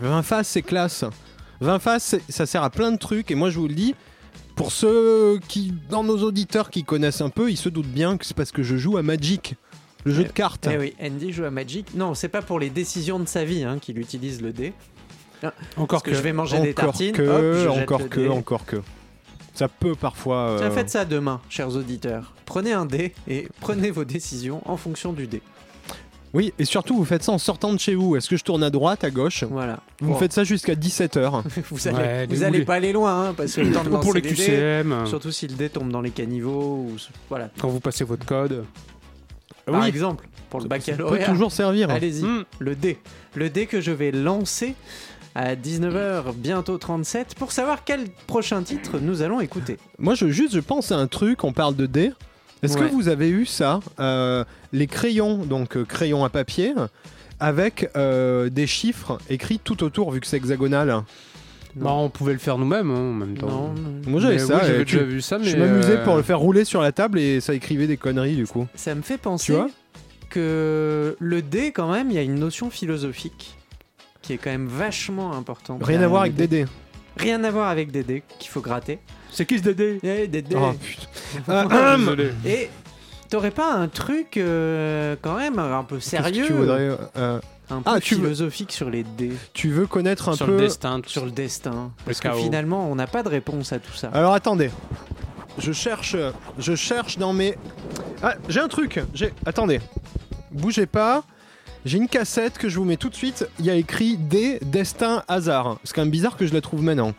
20 faces, c'est classe. 20 faces, c'est- ça sert à plein de trucs. Et moi, je vous le dis, pour ceux qui, dans nos auditeurs qui connaissent un peu, ils se doutent bien que c'est parce que je joue à Magic, le jeu de cartes.
Eh oui, Andy joue à Magic. Non, c'est pas pour les décisions de sa vie hein, qu'il utilise le dé.
Encore
Parce que,
que.
je vais manger des
Encore
tartines.
que,
hop, je jette
encore
le
que,
dé.
encore que. Ça peut parfois. euh,
Tiens, faites ça demain, chers auditeurs. Prenez un dé et prenez vos décisions en fonction du dé.
Oui, et surtout, vous faites ça en sortant de chez vous. Est-ce que je tourne à droite, à gauche
Voilà.
Vous
Bon,
faites ça jusqu'à 17h.
vous allez,
Ouais,
vous
les
allez
moulés.
pas aller loin, hein, parce que le temps de
Ou pour
lancer
les
des dés,
QCM,
Surtout si le dé tombe dans les caniveaux ou ce- voilà.
euh, quand vous passez votre code.
Par
Ah oui.
exemple, pour le
Ça peut
baccalauréat,
toujours hein. servir.
allez-y,
Hmm.
le dé. Le dé que je vais lancer à 19h bientôt 37 pour savoir quel prochain titre nous allons écouter.
Moi, je, juste, je pense à un truc, on parle de dés. Est-ce
Ouais.
que vous avez eu ça euh, Les crayons, donc euh, crayons à papier, avec euh, des chiffres écrits tout autour, vu que c'est hexagonal.
Non.
Bah, on pouvait le faire nous-mêmes hein, en même temps.
Non,
Moi, j'avais
Mais
ça.
oui,
et
j'avais
tu-
déjà vu ça, mais.
je m'amusais
euh,
pour le faire rouler sur la table et ça écrivait des conneries, du coup.
ça me fait
Tu
penser
vois
que le dé, quand même, il y a une notion philosophique qui est quand même vachement importante.
Rien à voir avec des dés.
Rien à voir avec des dés qu'il faut gratter.
C'est qui ce Dédé
Eh, des dés.
Oh, putain. Ah,
Ah,
hum.
Désolé.
Et t'aurais pas un truc euh, quand même un peu
Qu'est-ce que
sérieux,
tu voudrais, euh,
un peu
Ah, tu veux-
philosophique sur les dés,
Tu veux connaître un
Sur le
peu.
destin.
sur le destin. Parce
chaos.
que finalement, on n'a pas de réponse à tout ça.
Alors attendez. Je cherche. Je cherche dans mes. Ah, j'ai un truc. J'ai. Attendez. Bougez pas. J'ai une cassette que je vous mets tout de suite. Il y a écrit D, destin, hasard. C'est quand même bizarre que je la trouve maintenant.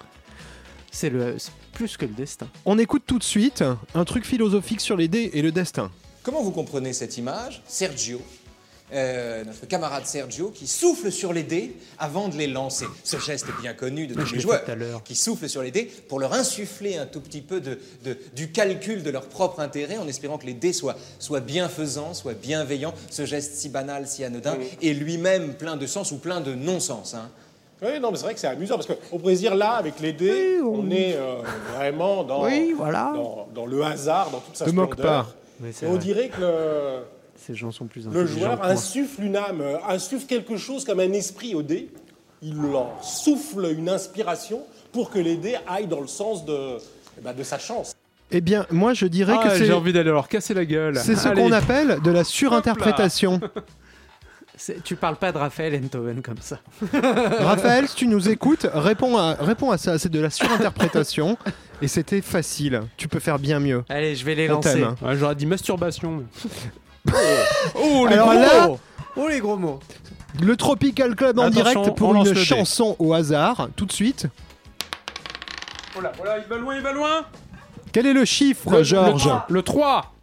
C'est le c'est plus que le destin.
On écoute tout de suite un truc philosophique sur les dés et le destin.
Comment vous comprenez cette image Sergio, euh, notre camarade Sergio, qui souffle sur les dés avant de les lancer. Ce geste est bien connu de tous les joueurs, qui soufflent sur les dés pour leur insuffler un tout petit peu de, de- du calcul de leur propre intérêt, en espérant que les dés soient, soient bienfaisants, soient bienveillants. Ce geste si banal, si anodin, et lui-même plein de sens ou plein de non-sens. hein.
Oui, non, mais c'est vrai que c'est amusant parce qu'on pourrait se dire là, avec les dés, on... est euh, vraiment dans,
Oui, voilà.
dans, dans le hasard, dans toute sa
Te moque
splendeur.
pas.
Mais
Et
c'est
on
vrai,
dirait que le,
Ces gens sont plus
le
intelligents.
joueur
que moi.
insuffle une âme, euh, insuffle quelque chose comme un esprit au dé il leur souffle une inspiration pour que les dés aillent dans le sens de, eh ben, de sa chance.
Eh bien, moi, je dirais
Ah,
que c'est
j'ai envie d'aller leur casser la gueule.
c'est ce
Allez.
qu'on appelle de la surinterprétation.
C'est- Tu parles pas de Raphaël Enthoven comme ça.
Raphaël, si tu nous écoutes, réponds à, réponds à ça. C'est de la surinterprétation. et c'était facile. Tu peux faire bien mieux.
Allez, je vais les
On
lancer.
t'aime.
Ouais, J'aurais dit masturbation.
Oh,
les gros mots.
Oh, les gros mots
Le Tropical Club en
Attention,
direct
on
pour
lance
une
le dé.
chanson au hasard. Tout de suite.
Oh là, oh là, il va loin, il va loin
Quel est le chiffre, Georges
Le 3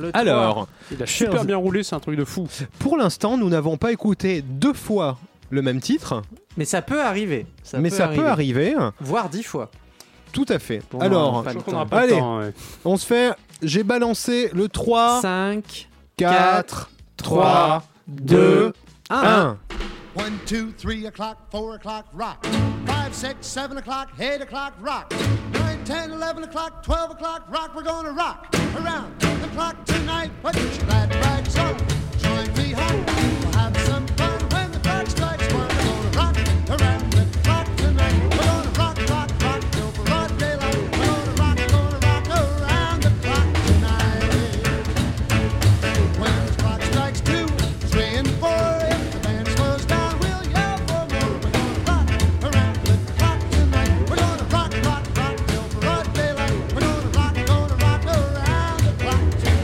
Le
Alors,
Il a super
Chers-
bien roulé, c'est un truc de fou.
pour l'instant, nous n'avons pas écouté deux fois le même titre,
Mais ça peut arriver.
mais ça peut arriver.
Voire dix fois.
Tout à fait.
Bon,
Alors,
pas
Je
le
crois qu'on aura
temps.
pas
Allez.
le temps. hein. ouais.
on se fait. J'ai balancé le 3,
5,
4, 3, 2,
2, 1.
1.
One, two, three o'clock, four o'clock, rock. Five, six, seven o'clock, eight o'clock, rock. Nine, ten, eleven o'clock, twelve o'clock, rock. We're gonna rock around the clock tonight. Put your glad rags on. Join me home. We'll have some fun when the clock strikes one. We're gonna rock around the clock tonight. We're gonna rock, rock, rock till broad daylight. We're gonna rock, gonna rock around the clock tonight. When the clock strikes two, three and four, if the band slows down, we'll yell for more. We're gonna rock around the clock tonight. We're gonna rock, rock, rock till broad daylight. We're gonna rock, gonna rock around the clock tonight.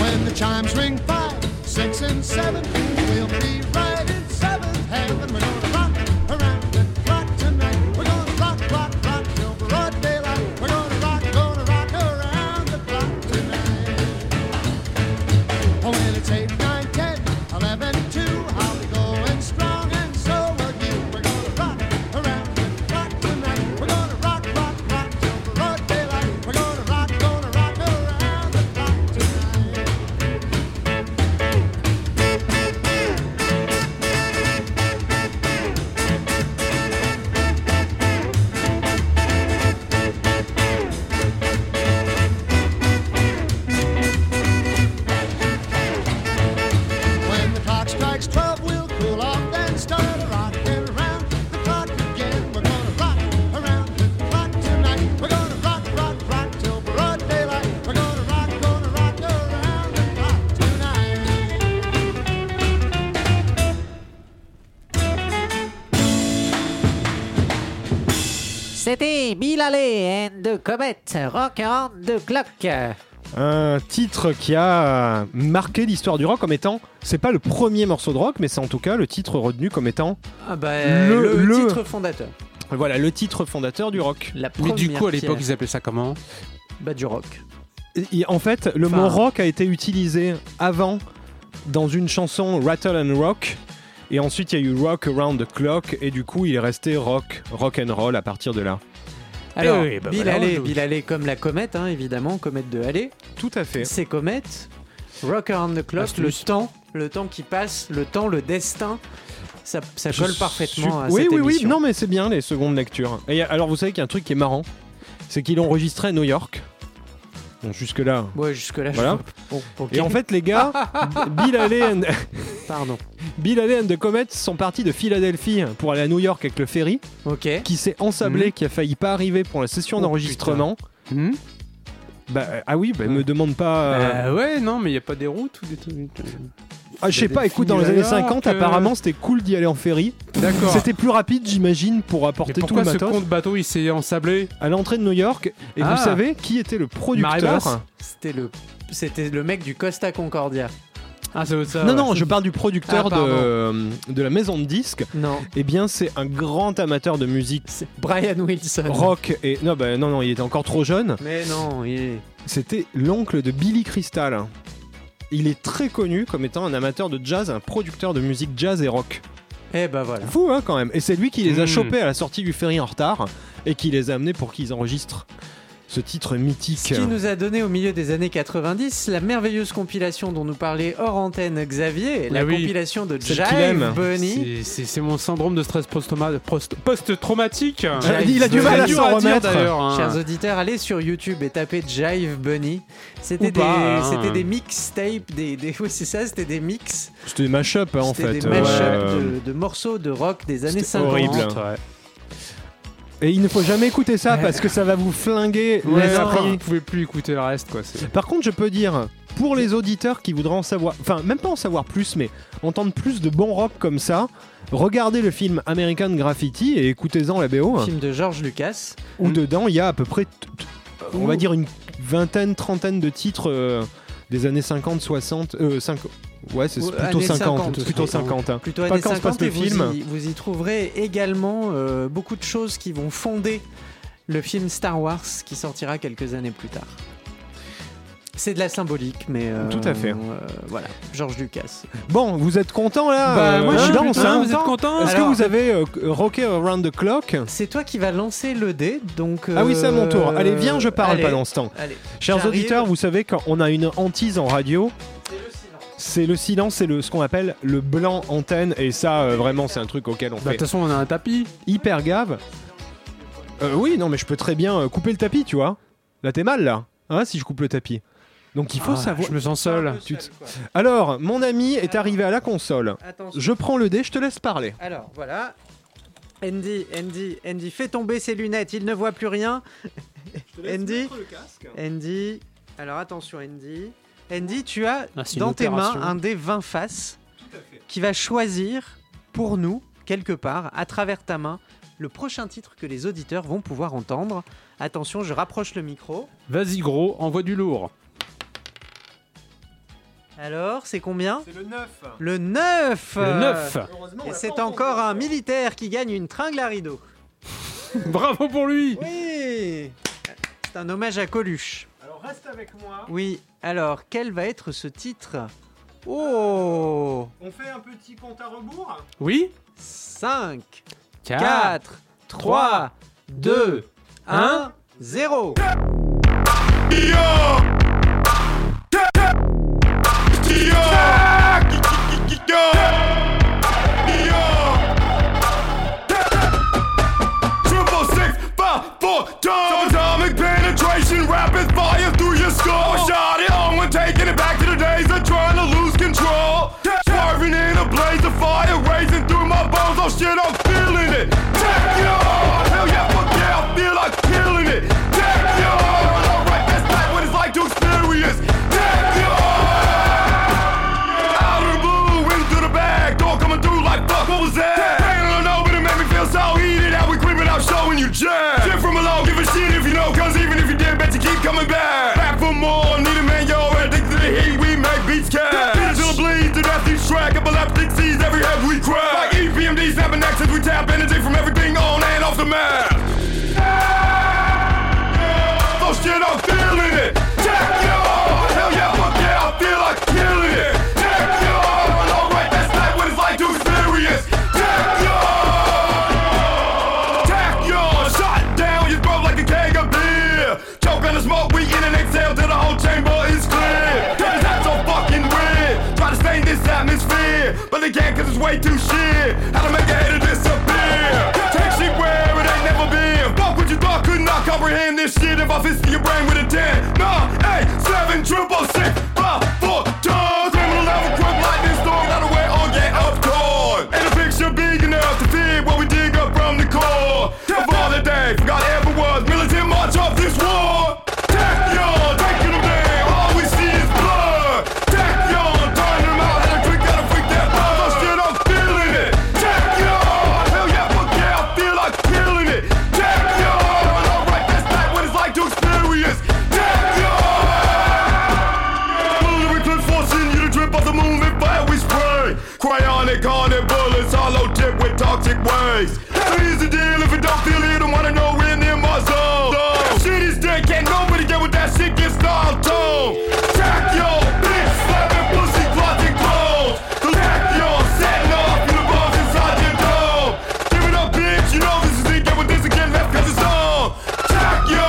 When the chimes ring five, six, and seven, we'll be right in seventh heaven. We're gonna rock around the clock tonight. We're gonna rock, rock, rock till broad daylight. We're gonna rock, gonna rock around the clock tonight. Oh, when it's eight, nine, ten, eleven, two, I'll be going strong, and so will you. We're gonna rock around the clock tonight. We're gonna rock, rock, rock till broad daylight. We're gonna rock, gonna rock around the clock tonight. When the clock strikes twelve, we'll cool off and start a rockin' around the clock again. We're gonna rock around the clock tonight. We're gonna rock, rock, rock till broad daylight. We're gonna rock, gonna rock around the clock tonight.
C'était Bill Haley and the Comet, Rock Around the Clock.
Ah
Un titre qui a marqué l'histoire du rock comme étant. C'est pas le premier morceau de rock, mais c'est en tout cas le titre retenu comme étant.
Ah bah,
Le-
le,
le-
titre fondateur.
Voilà, le titre fondateur du rock.
La
Mais
première
du coup, à l'époque,
pierre.
ils appelaient ça comment
Bah, du rock.
Eh Et- et en fait, le
Enfin-
mot rock a été utilisé avant dans une chanson Rattle and Rock. Et ensuite, il y a eu Rock Around the Clock. Et du coup, il est resté rock, rock and roll à partir de là.
Alors,
oui, bah
Bill,
voilà,
Haley,
on joue.
Bill Haley comme la comète, hein, évidemment, comète de Halley.
Tout à fait.
C'est comète, rock around the clock,
Astuce.
le temps, le temps qui passe, le temps, le destin. Ça, ça
Je
colle
suis-
parfaitement à
oui,
cette
oui, Oui,
émission.
non, mais c'est bien les secondes lectures. Et alors, vous savez qu'il y a un truc qui est marrant, c'est qu'il enregistrait à New York. Bon, jusque-là.
Ouais, jusque-là,
Voilà.
je... Bon, ok,
Et en fait, les gars, Bill Haley, and,
pardon.
Bill Haley and the Comets sont partis de Philadelphie pour aller à New York avec le ferry,
Ok.
qui s'est
Mhm.
ensablé, qui a failli pas arriver pour la session
Oh,
d'enregistrement.
Hmm
Bah, euh, ah oui, bah, me demande pas. euh,
Euh, ouais, non, mais il n'y a pas des routes ou des trucs.
ah, je sais
des
pas, écoute, dans les
filles
années
à New York,
50,
euh.
apparemment, c'était cool d'y aller en ferry.
D'accord.
C'était plus rapide, j'imagine, pour
Mais
apporter tout le
pourquoi ce
matos.
compte bateau il s'est ensablé
À l'entrée de New York, et
Ah.
vous savez qui était le producteur
Bass.
C'était le, c'était le mec du Costa Concordia.
Ah, c'est ça.
Non,
ouais.
non, je parle du producteur
Ah, pardon.
de, euh, de la maison de disques.
Non,
Eh bien, c'est un grand amateur de musique
c'est Brian
Ah,
Wilson.
rock et. Non, bah, non, non, il était encore trop jeune.
Mais non, il est...
C'était l'oncle de Billy Crystal. Il est très connu comme étant un amateur de jazz, un producteur de musique jazz et rock.
Eh ben voilà.
Fou, hein, quand même. Et c'est lui qui les a
Mm.
chopés à la sortie du ferry en retard et qui les a amenés pour qu'ils enregistrent. ce titre mythique.
Qui nous a donné au milieu des années 90 la merveilleuse compilation dont nous parlait hors antenne Xavier, la
Ah oui.
compilation de
Celle qu'il aime.
Jive Bunny.
C'est- C'est c'est mon syndrome de stress post-trauma- prost- post-traumatique.
Jive Bunny.
C'est dur dire, d'ailleurs. hein.
Chers auditeurs, allez sur YouTube et tapez Jive Bunny. C'était
Ou
des,
pas, hein.
c'était des mixtapes, des, des, oui, c'est ça, c'était des mix.
C'était des mash-up hein, en
C'était
fait.
des mash-up
Euh,
de, de morceaux de rock des années
C'était
50.
horrible. Et il ne faut jamais écouter ça parce que ça va vous flinguer
Ouais, après, vous
l'esprit.
pouvez plus écouter le reste, quoi. c'est-
Par contre, je peux dire, pour les auditeurs qui voudraient en savoir, enfin, même pas en savoir plus, mais entendre plus de bon rock comme ça, regardez le film American Graffiti et écoutez-en la BO.
Film de George Lucas.
Où dedans, il y a à peu près, t- t- on va
Ouh.
dire, une vingtaine, trentaine de titres euh, des années 50, 60, euh, 50. Ouais, c'est
Ou-
plutôt
années
50, plutôt 50. hein.
Plutôt
Pas
années
quand se
50
passe le
et vous
film.
y- vous y trouverez également euh, beaucoup de choses qui vont fonder le film Star Wars qui sortira quelques années plus tard. C'est de la symbolique, mais euh,
Tout à fait.
euh, voilà, George Lucas.
Bon, vous êtes content là
Bah,
euh,
moi, je suis
Danse,
plutôt
hein.
content. Vous êtes content
Est-ce
Alors-
que vous avez euh, rocké around the clock
C'est toi qui vas lancer le dé, donc.
Ah oui, c'est à mon tour.
euh,
Allez, viens, je parle
allez,
pendant ce temps.
allez.
Chers
J'arrive.
auditeurs, vous savez quand on a une hantise en radio, c'est le silence, c'est le ce qu'on appelle le blanc antenne, et ça euh, vraiment c'est un truc auquel on fait.
Bah, de toute façon, on a un tapis.
Hyper gave. Euh, oui, non, mais je peux très bien euh, couper le tapis, tu vois. Là, t'es mal là, hein, si je coupe le tapis. Donc il faut
Ah,
savoir.
Je me sens seul.
Tu te- Alors, mon ami est arrivé à la console.
Attention.
Je prends le dé, je te laisse parler.
Alors voilà. Andy, Andy, Andy, fait tomber ses lunettes, il ne voit plus rien. Andy, Andy, alors attention Andy. Andy, tu as
Ah, c'est une
dans tes mains
opération.
un dé 20 faces qui va choisir pour nous, quelque part, à travers ta main, le prochain titre que les auditeurs vont pouvoir entendre. Attention, je rapproche le micro.
Vas-y, gros, envoie du lourd.
Alors, c'est combien
C'est le 9.
Le 9
Le
euh,
neuf.
Et c'est encore un militaire qui gagne une tringle à rideau.
Bravo pour lui
Oui C'est un hommage à Coluche.
Alors reste avec moi.
Oui, alors quel va être ce titre Oh
On fait un petit compte à rebours
Oui
5,
Quatre,
4, 3, 2, 1,
un,
0
Triple six, five, four, times. Atomic penetration, rapid fire through your skull. Shot it on when taking it back to the days of trying to lose control. Swerving in a blaze of fire, raising through my bones. Oh shit, I'm feeling it. Take yo, hell yeah, fuck yeah, I feel like killing it. Take yo, alright, that's like what it's like to experience. Take yo. Outer blue, into the bag, door coming through like fuck, what was that? Pain on know, but it made me feel so heated. How we creeping out, showing you jazz. Shit from below, give a shit if you know, cause even if you did, bet you keep coming back. Back for more, need a man, yo, addicted to the heat, we make beats cash. Beat it till it bleeds, to death each track, epileptic seize every head we crack. Like EPMD snapping accents, we tap energy from everything on and off the map. Oh shit, I'm feeling it. Jack, yo, hell yeah, fuck yeah, I feel like killing it. Jack, yo, alright, that's not what it's like to experience. Jack, yo, Jack, yo, shot down your throat like a keg of beer. Choke on the smoke, we in and exhale till the whole chamber is clear. That is not so fucking weird. Try to stain this atmosphere, but they can't cause it's way too shit. How to make a hater disappear? Take shit where it ain't never been. Fuck what you thought, could not comprehend this shit if I fisted your brain with a 10. Nah, 8, 7, triple six, five, four, times. Criminal level, quick lightning storm, got away, oh yeah, up torn. And a picture big enough to fit what we dig up from the core. Of all the day, forgot ever was, militant march off this war. Tech y'all, taking them down, all we see is blood. Tech y'all, turn them out, had a trick, gotta freak that love. Oh shit, I'm feeling it. Tech y'all, hell yeah, fuck yeah, I feel like killing it. Tech y'all, alright, that's not what it's like to experience. Tech Lunar eclipse forcing you to drip off the moon and fire we spray. Cryonic, haunted bullets, hollow tip with toxic waste. So here's the deal, if you don't feel it, I wanna know when in my zone. That Shit is dead, can't nobody get with that shit, get stalled too. Tack yo, bitch, slapping pussy, closet clothes. Tack yo, setting off uniforms inside your dome. Give it up, bitch, you know this is it, get with this again, left cause it's on. Tack yo.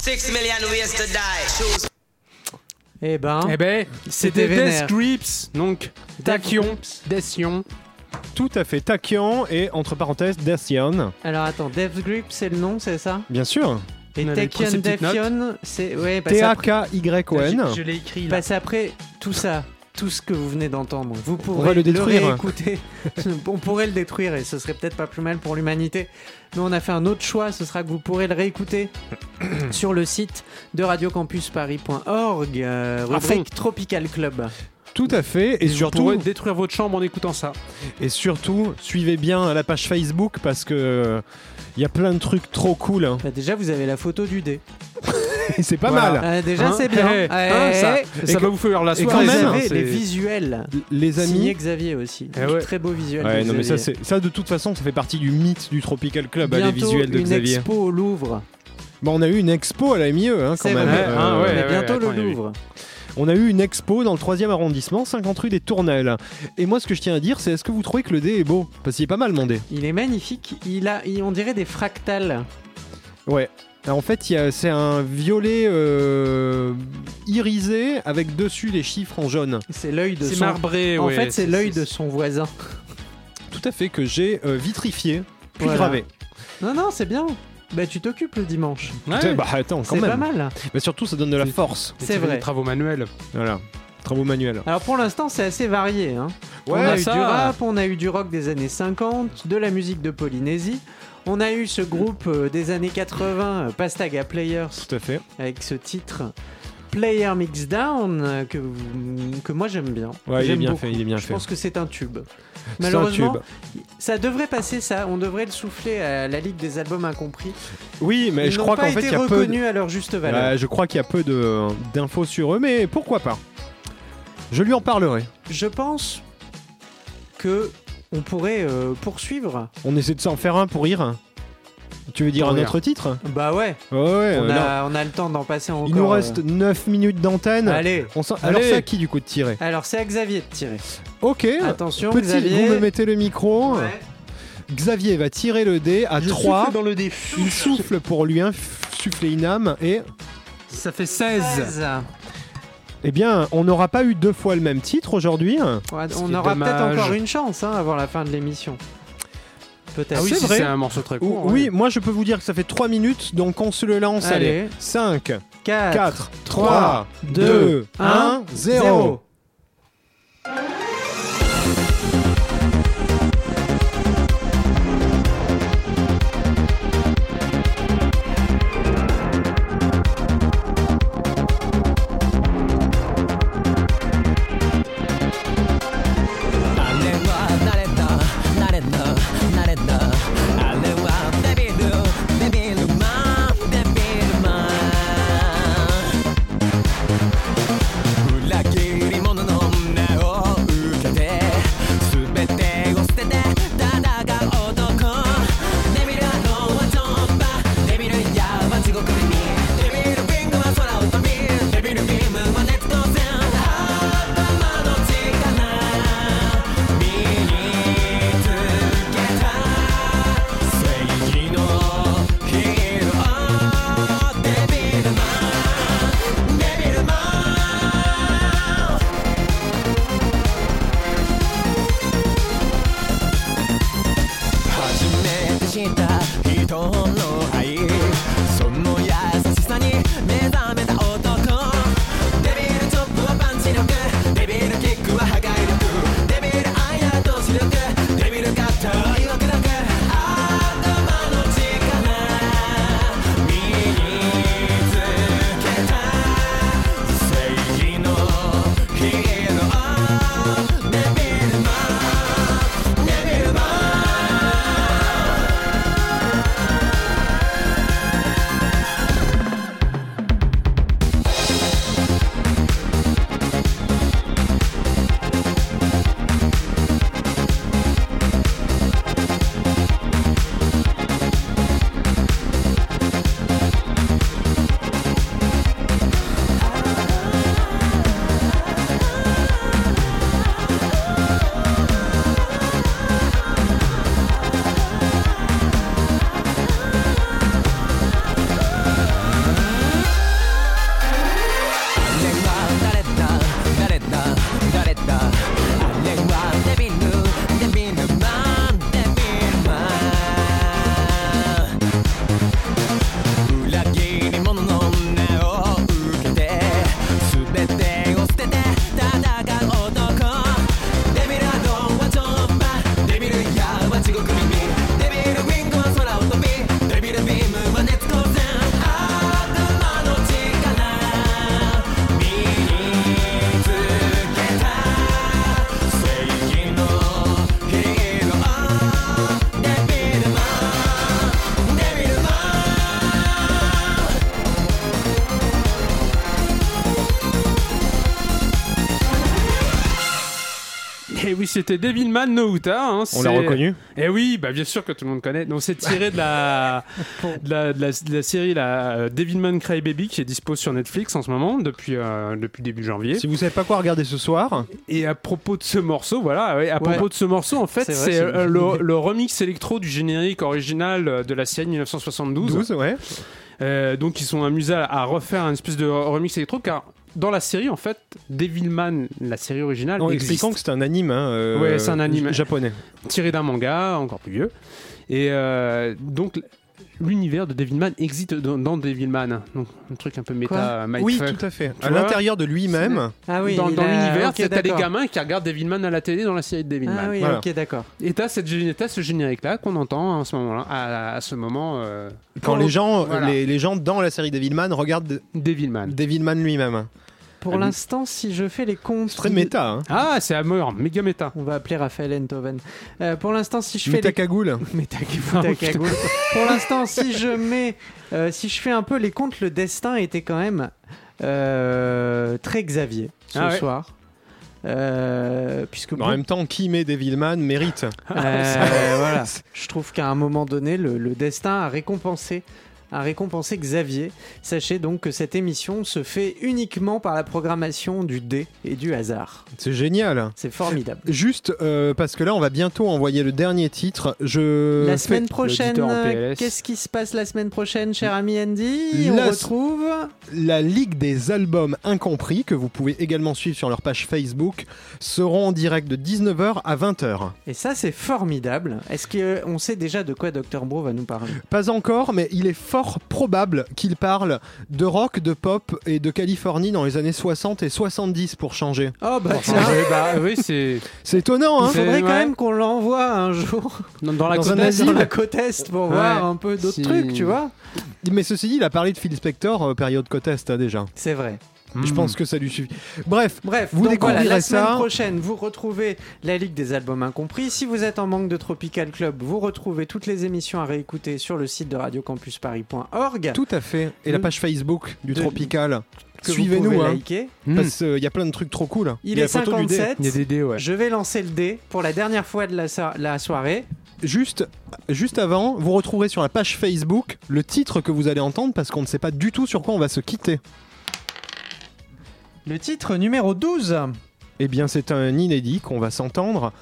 Six million ways to die. Choose
Eh ben,
Eh ben,
c'était
c'était
vénère.
Death Grips, donc Taquion, Dession.
Tout à fait. Taquian et entre parenthèses Dacian.
Alors attends, Death Grip, c'est le nom, c'est ça
Bien sûr.
Et Tekken Defion, c'est. Ouais, bah, c'est après-
Ah,
T-A-K-Y-O-N.
Je, je l'ai écrit là. Passez Bah, après tout ça, tout ce que vous venez d'entendre. Vous pourrez
va le détruire.
réécouter. on pourrait le détruire et ce serait peut-être pas plus mal pour l'humanité. Mais on a fait un autre choix, ce sera que vous pourrez le réécouter sur le site de radiocampusparis.org,
Ah
euh,
À fond.
rubrique Tropical Club.
Tout à fait. Et
Vous
surtout.
pourrez détruire votre chambre en écoutant ça.
Et surtout, suivez bien la page Facebook parce que il y a plein de trucs trop cool. hein.
Bah, déjà, vous avez la photo du dé.
Et c'est pas
Voilà.
mal.
Euh, déjà, c'est bien.
Eh,
Ouais.
hein,
Et
Et
que-
que- et quand
Vous
même- hein,
avez les visuels.
Les amis.
Signé Xavier aussi.
Eh ouais.
Très beau visuel.
Ouais,
de
non, mais ça,
Xavier.
c'est- ça, de toute façon, ça fait partie du mythe du Tropical Club, hein, les
Bientôt,
visuels de
une
Xavier.
expo au Louvre.
Bah, on a eu une expo à la MIE hein, quand
C'est
même.
vrai.
Euh,
Ah ouais, Mais ouais, bientôt ouais, le attends, il y a eu. Louvre.
On a eu une expo dans le 3e arrondissement, 50 rue des Tournelles. Et moi, ce que je tiens à dire, c'est est-ce que vous trouvez que le dé est beau Parce qu'il est pas mal mon dé.
Il est magnifique. Il a, il- on dirait des fractales.
Ouais. Alors, Euh, en fait, il y a- c'est un violet euh, irisé avec dessus les chiffres en jaune.
C'est l'œil de
C'est
son.
marbré,
En
ouais,
fait, c'est
c'est-
l'œil de son voisin.
Tout à fait que j'ai euh, vitrifié puis
Voilà.
gravé.
Non, non, c'est bien. Bah, tu t'occupes le dimanche.
Putain, Bah attends, quand
C'est
même.
pas mal.
Mais surtout, ça donne de la force.
c'est C'est vrai. des
Travaux manuels. Voilà. Travaux manuels.
Alors pour l'instant, c'est assez varié. hein.
Ouais,
on a
ça.
eu du rap, on a eu du rock des années 50, de la musique de Polynésie. On a eu ce groupe euh, des années 80, euh, Pastaga Players.
Tout à fait.
Avec ce titre Player Mix Down euh, que, vous- que moi j'aime bien.
Ouais, il est
J'aime
bien
beaucoup.
fait, il est bien
Je
fait.
pense que c'est un tube.
C'est un
Malheureusement,
tube.
ça devrait passer ça. On devrait le souffler à la Ligue des albums incompris.
Oui, mais
Ils
je
n'ont
crois
pas
qu'en fait,
été
il y a peu.
reconnus
de-
à leur juste valeur.
Ouais, je crois qu'il y a peu de- d'infos sur eux, mais pourquoi pas Je lui en parlerai.
Je pense que on pourrait euh, poursuivre.
On essaie de s'en faire un pour rire. Tu veux dire
Pour
un
rire.
autre titre
Bah ouais.
Ouais, ouais,
on,
euh,
a,
non.
on a le temps d'en passer encore.
Il nous
euh.
reste 9 minutes d'antenne.
Allez.
On s'en- Alors,
Allez.
c'est à qui du coup de tirer
Alors c'est à Xavier de tirer.
Ok.
Attention,
Petit,
Xavier.
Vous me mettez le micro.
Ouais.
Xavier va tirer le dé à 3.
souffle dans le dé.
Il souffle pour lui insuffler une âme et.
Ça fait 16.
16.
Eh bien, on n'aura pas eu deux fois le même titre aujourd'hui.
Ouais, on aura peut-être encore une chance hein, avant la fin de l'émission. Peut-être.
Ah oui, C'est si vrai. c'est un
morceau très hein.
Ou- Oui, moi je peux vous dire que ça fait 3 minutes, donc on se le lance. Allez.
Allez.
5,
4,
3, 2, 1, 0.
「あれは誰だ誰だ誰だ」「あれはデビルデビルマンデビルマン」「裏切り者の目を受けて」「すべてを捨てて戦う男」「デビルのはトンバ」「デビルヤは地獄耳」「デビルビングは空を飛び」「デビルビームは熱光線」「頭の力」身につけた正義のヒーローデビルマンデビルマン初めて知った人の愛その優しさに目覚めた男デビルチョップはパンチ力デビルキックは破壊力デビルアイアー投資力デビルカッターは威力力頭の力身につけた正義のヒーローデビルマンデビルマン
oui, c'était Devilman No Uta. hein,
On l'a
c'est-
reconnu
Eh oui, bah bien sûr que tout le monde connaît. Donc c'est tiré de la, de la, de la- de la série la euh, Devilman Crybaby qui est dispo sur Netflix en ce moment depuis euh, depuis début janvier.
Si vous savez pas quoi regarder ce soir.
Et à propos de ce morceau, voilà, ouais, à
Ouais.
propos de ce morceau, en fait,
C'est vrai,
c'est
c'est
euh,
une
le,
idée.
le remix électro du générique original euh, de la série 1972. Euh, donc ils sont amusés à- à refaire un espèce de remix électro car dans la série, en fait, Devilman, la série originale,
En
Ah, existe
expliquant que c'est un anime. hein, euh,
ouais, c'est un anime
j- Japonais.
tiré d'un manga, encore plus vieux. Et euh, donc l'univers de Devilman existe dans, dans Devilman, donc un truc un peu méta,
Quoi
mindfuck.
Oui, tout à fait.
Tu
À
vois
l'intérieur de lui-même.
Ah oui,
dans
il
dans
a-
l'univers,
ok,
c'est- t'as des
d'accord.
gamins qui regardent Devilman à la télé dans la série de Devilman.
Ah oui, ok, d'accord.
Et t'as, cette, gé- t'as ce générique-là qu'on entend à ce moment-là, à, à ce moment. euh,
Quand les gens,
Voilà.
les, les gens dans la série Devilman regardent
Devilman,
Devilman lui-même.
Pour
Ah,
l'instant, si je fais les comptes.
très méta, hein.
Ah, c'est à mort, méga méta.
On va appeler Raphaël Entoven. Euh, pour l'instant, si je fais. les-
Métacagoule.
Métacagoule. pour l'instant, si je mets. euh, si je fais un peu les comptes, le destin était quand même euh, très Xavier ce
Ah ouais.
soir. Euh, puisque
En même temps, qui met Devilman mérite. Ah,
Euh, voilà. Je trouve qu'à un moment donné, le, le destin a récompensé, a récompensé Xavier. Sachez donc que cette émission se fait uniquement par la programmation du dé et du hasard.
C'est génial.
C'est formidable.
Juste euh, parce que là, on va bientôt envoyer le dernier titre. Je
la
fais-
semaine prochaine, euh, qu'est-ce qui se passe la semaine prochaine, cher ami Andy
La-
On retrouve.
La Ligue des albums incompris, que vous pouvez également suivre sur leur page Facebook, seront en direct de 19h à 20h.
Et ça, c'est formidable. Est-ce qu'on sait déjà de quoi Dr. Bro va nous parler
Pas encore, mais il est fort probable qu'il parle de rock, de pop et de Californie dans les années 60 et 70 pour changer.
Oh bah tiens.
Ouais, bah, oui, c'est.
C'est étonnant, hein
Il faudrait quand même qu'on l'envoie un jour
dans, la
Dans
côte
un asile.
dans la côte est pour voir
Ouais.
un peu d'autres
Si.
trucs, tu vois.
Mais ceci dit, il a parlé de Phil Spector, euh, période côte Est, hein, déjà.
C'est vrai.
Je
Mm.
pense que ça lui suffit. Bref,
Bref,
vous
donc
découvrirez
voilà, la semaine
ça.
prochaine, vous retrouvez la Ligue des albums incompris. Si vous êtes en manque de Tropical Club, vous retrouvez toutes les émissions à réécouter sur le site de radiocampusparis.org.
Tout à fait. Et la page Facebook du
Ah. Hmm. de-
Tropical.
que vous
Suivez-nous,
pouvez
hein.
liker.
Parce qu'il y a plein de trucs trop cool.
Il,
y a
est
la photo du dé.
57. Je vais lancer le dé pour la dernière fois de la, so- la soirée.
Juste, juste avant, vous retrouverez sur la page Facebook le titre que vous allez entendre parce qu'on ne sait pas du tout sur quoi on va se quitter.
Le titre numéro 12.
Eh bien, c'est un inédit qu'on va s'entendre.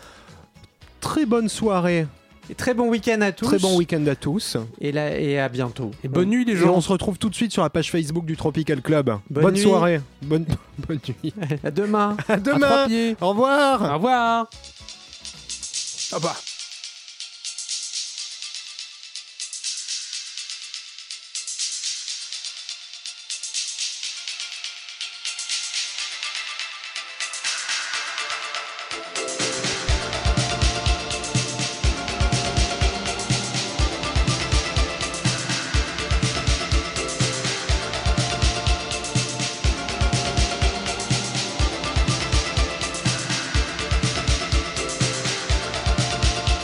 Très bonne soirée.
Et très bon week-end à tous.
Très bon week-end à tous.
Et, là, et à bientôt. Et
Et on se retrouve tout de suite sur la page Facebook du Tropical Club.
Bonne nuit.
soirée. Bonne, bonne nuit.
À demain.
À
trois
demain.
pieds.
Au revoir.
Au revoir. Ah bah.
Thank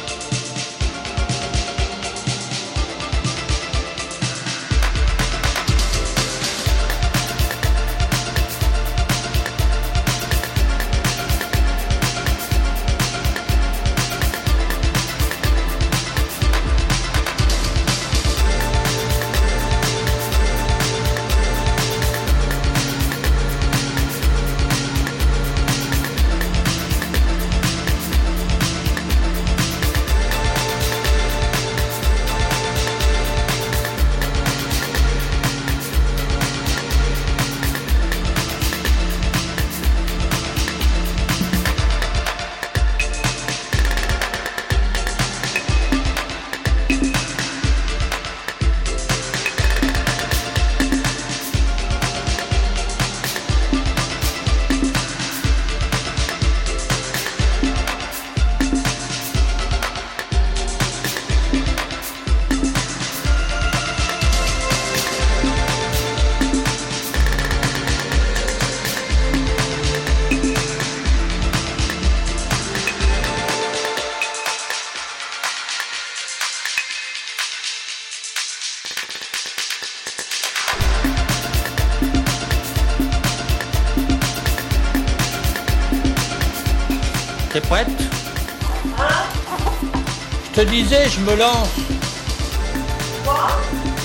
fouette. Je te disais, je me lance.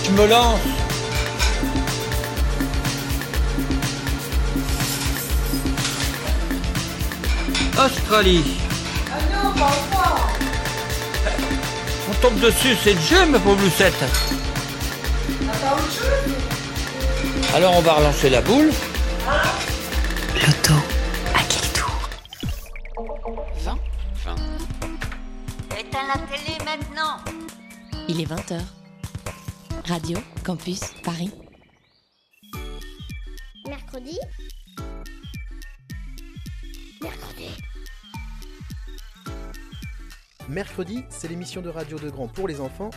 Je me lance. Australie. On tombe dessus, c'est le jeu, ma pauvre Lucette. Alors on va relancer la boule.
Éteins la télé maintenant
Il est 20h. Radio Campus Paris.
Mercredi Mercredi
Mercredi, c'est l'émission de radio de grand pour les enfants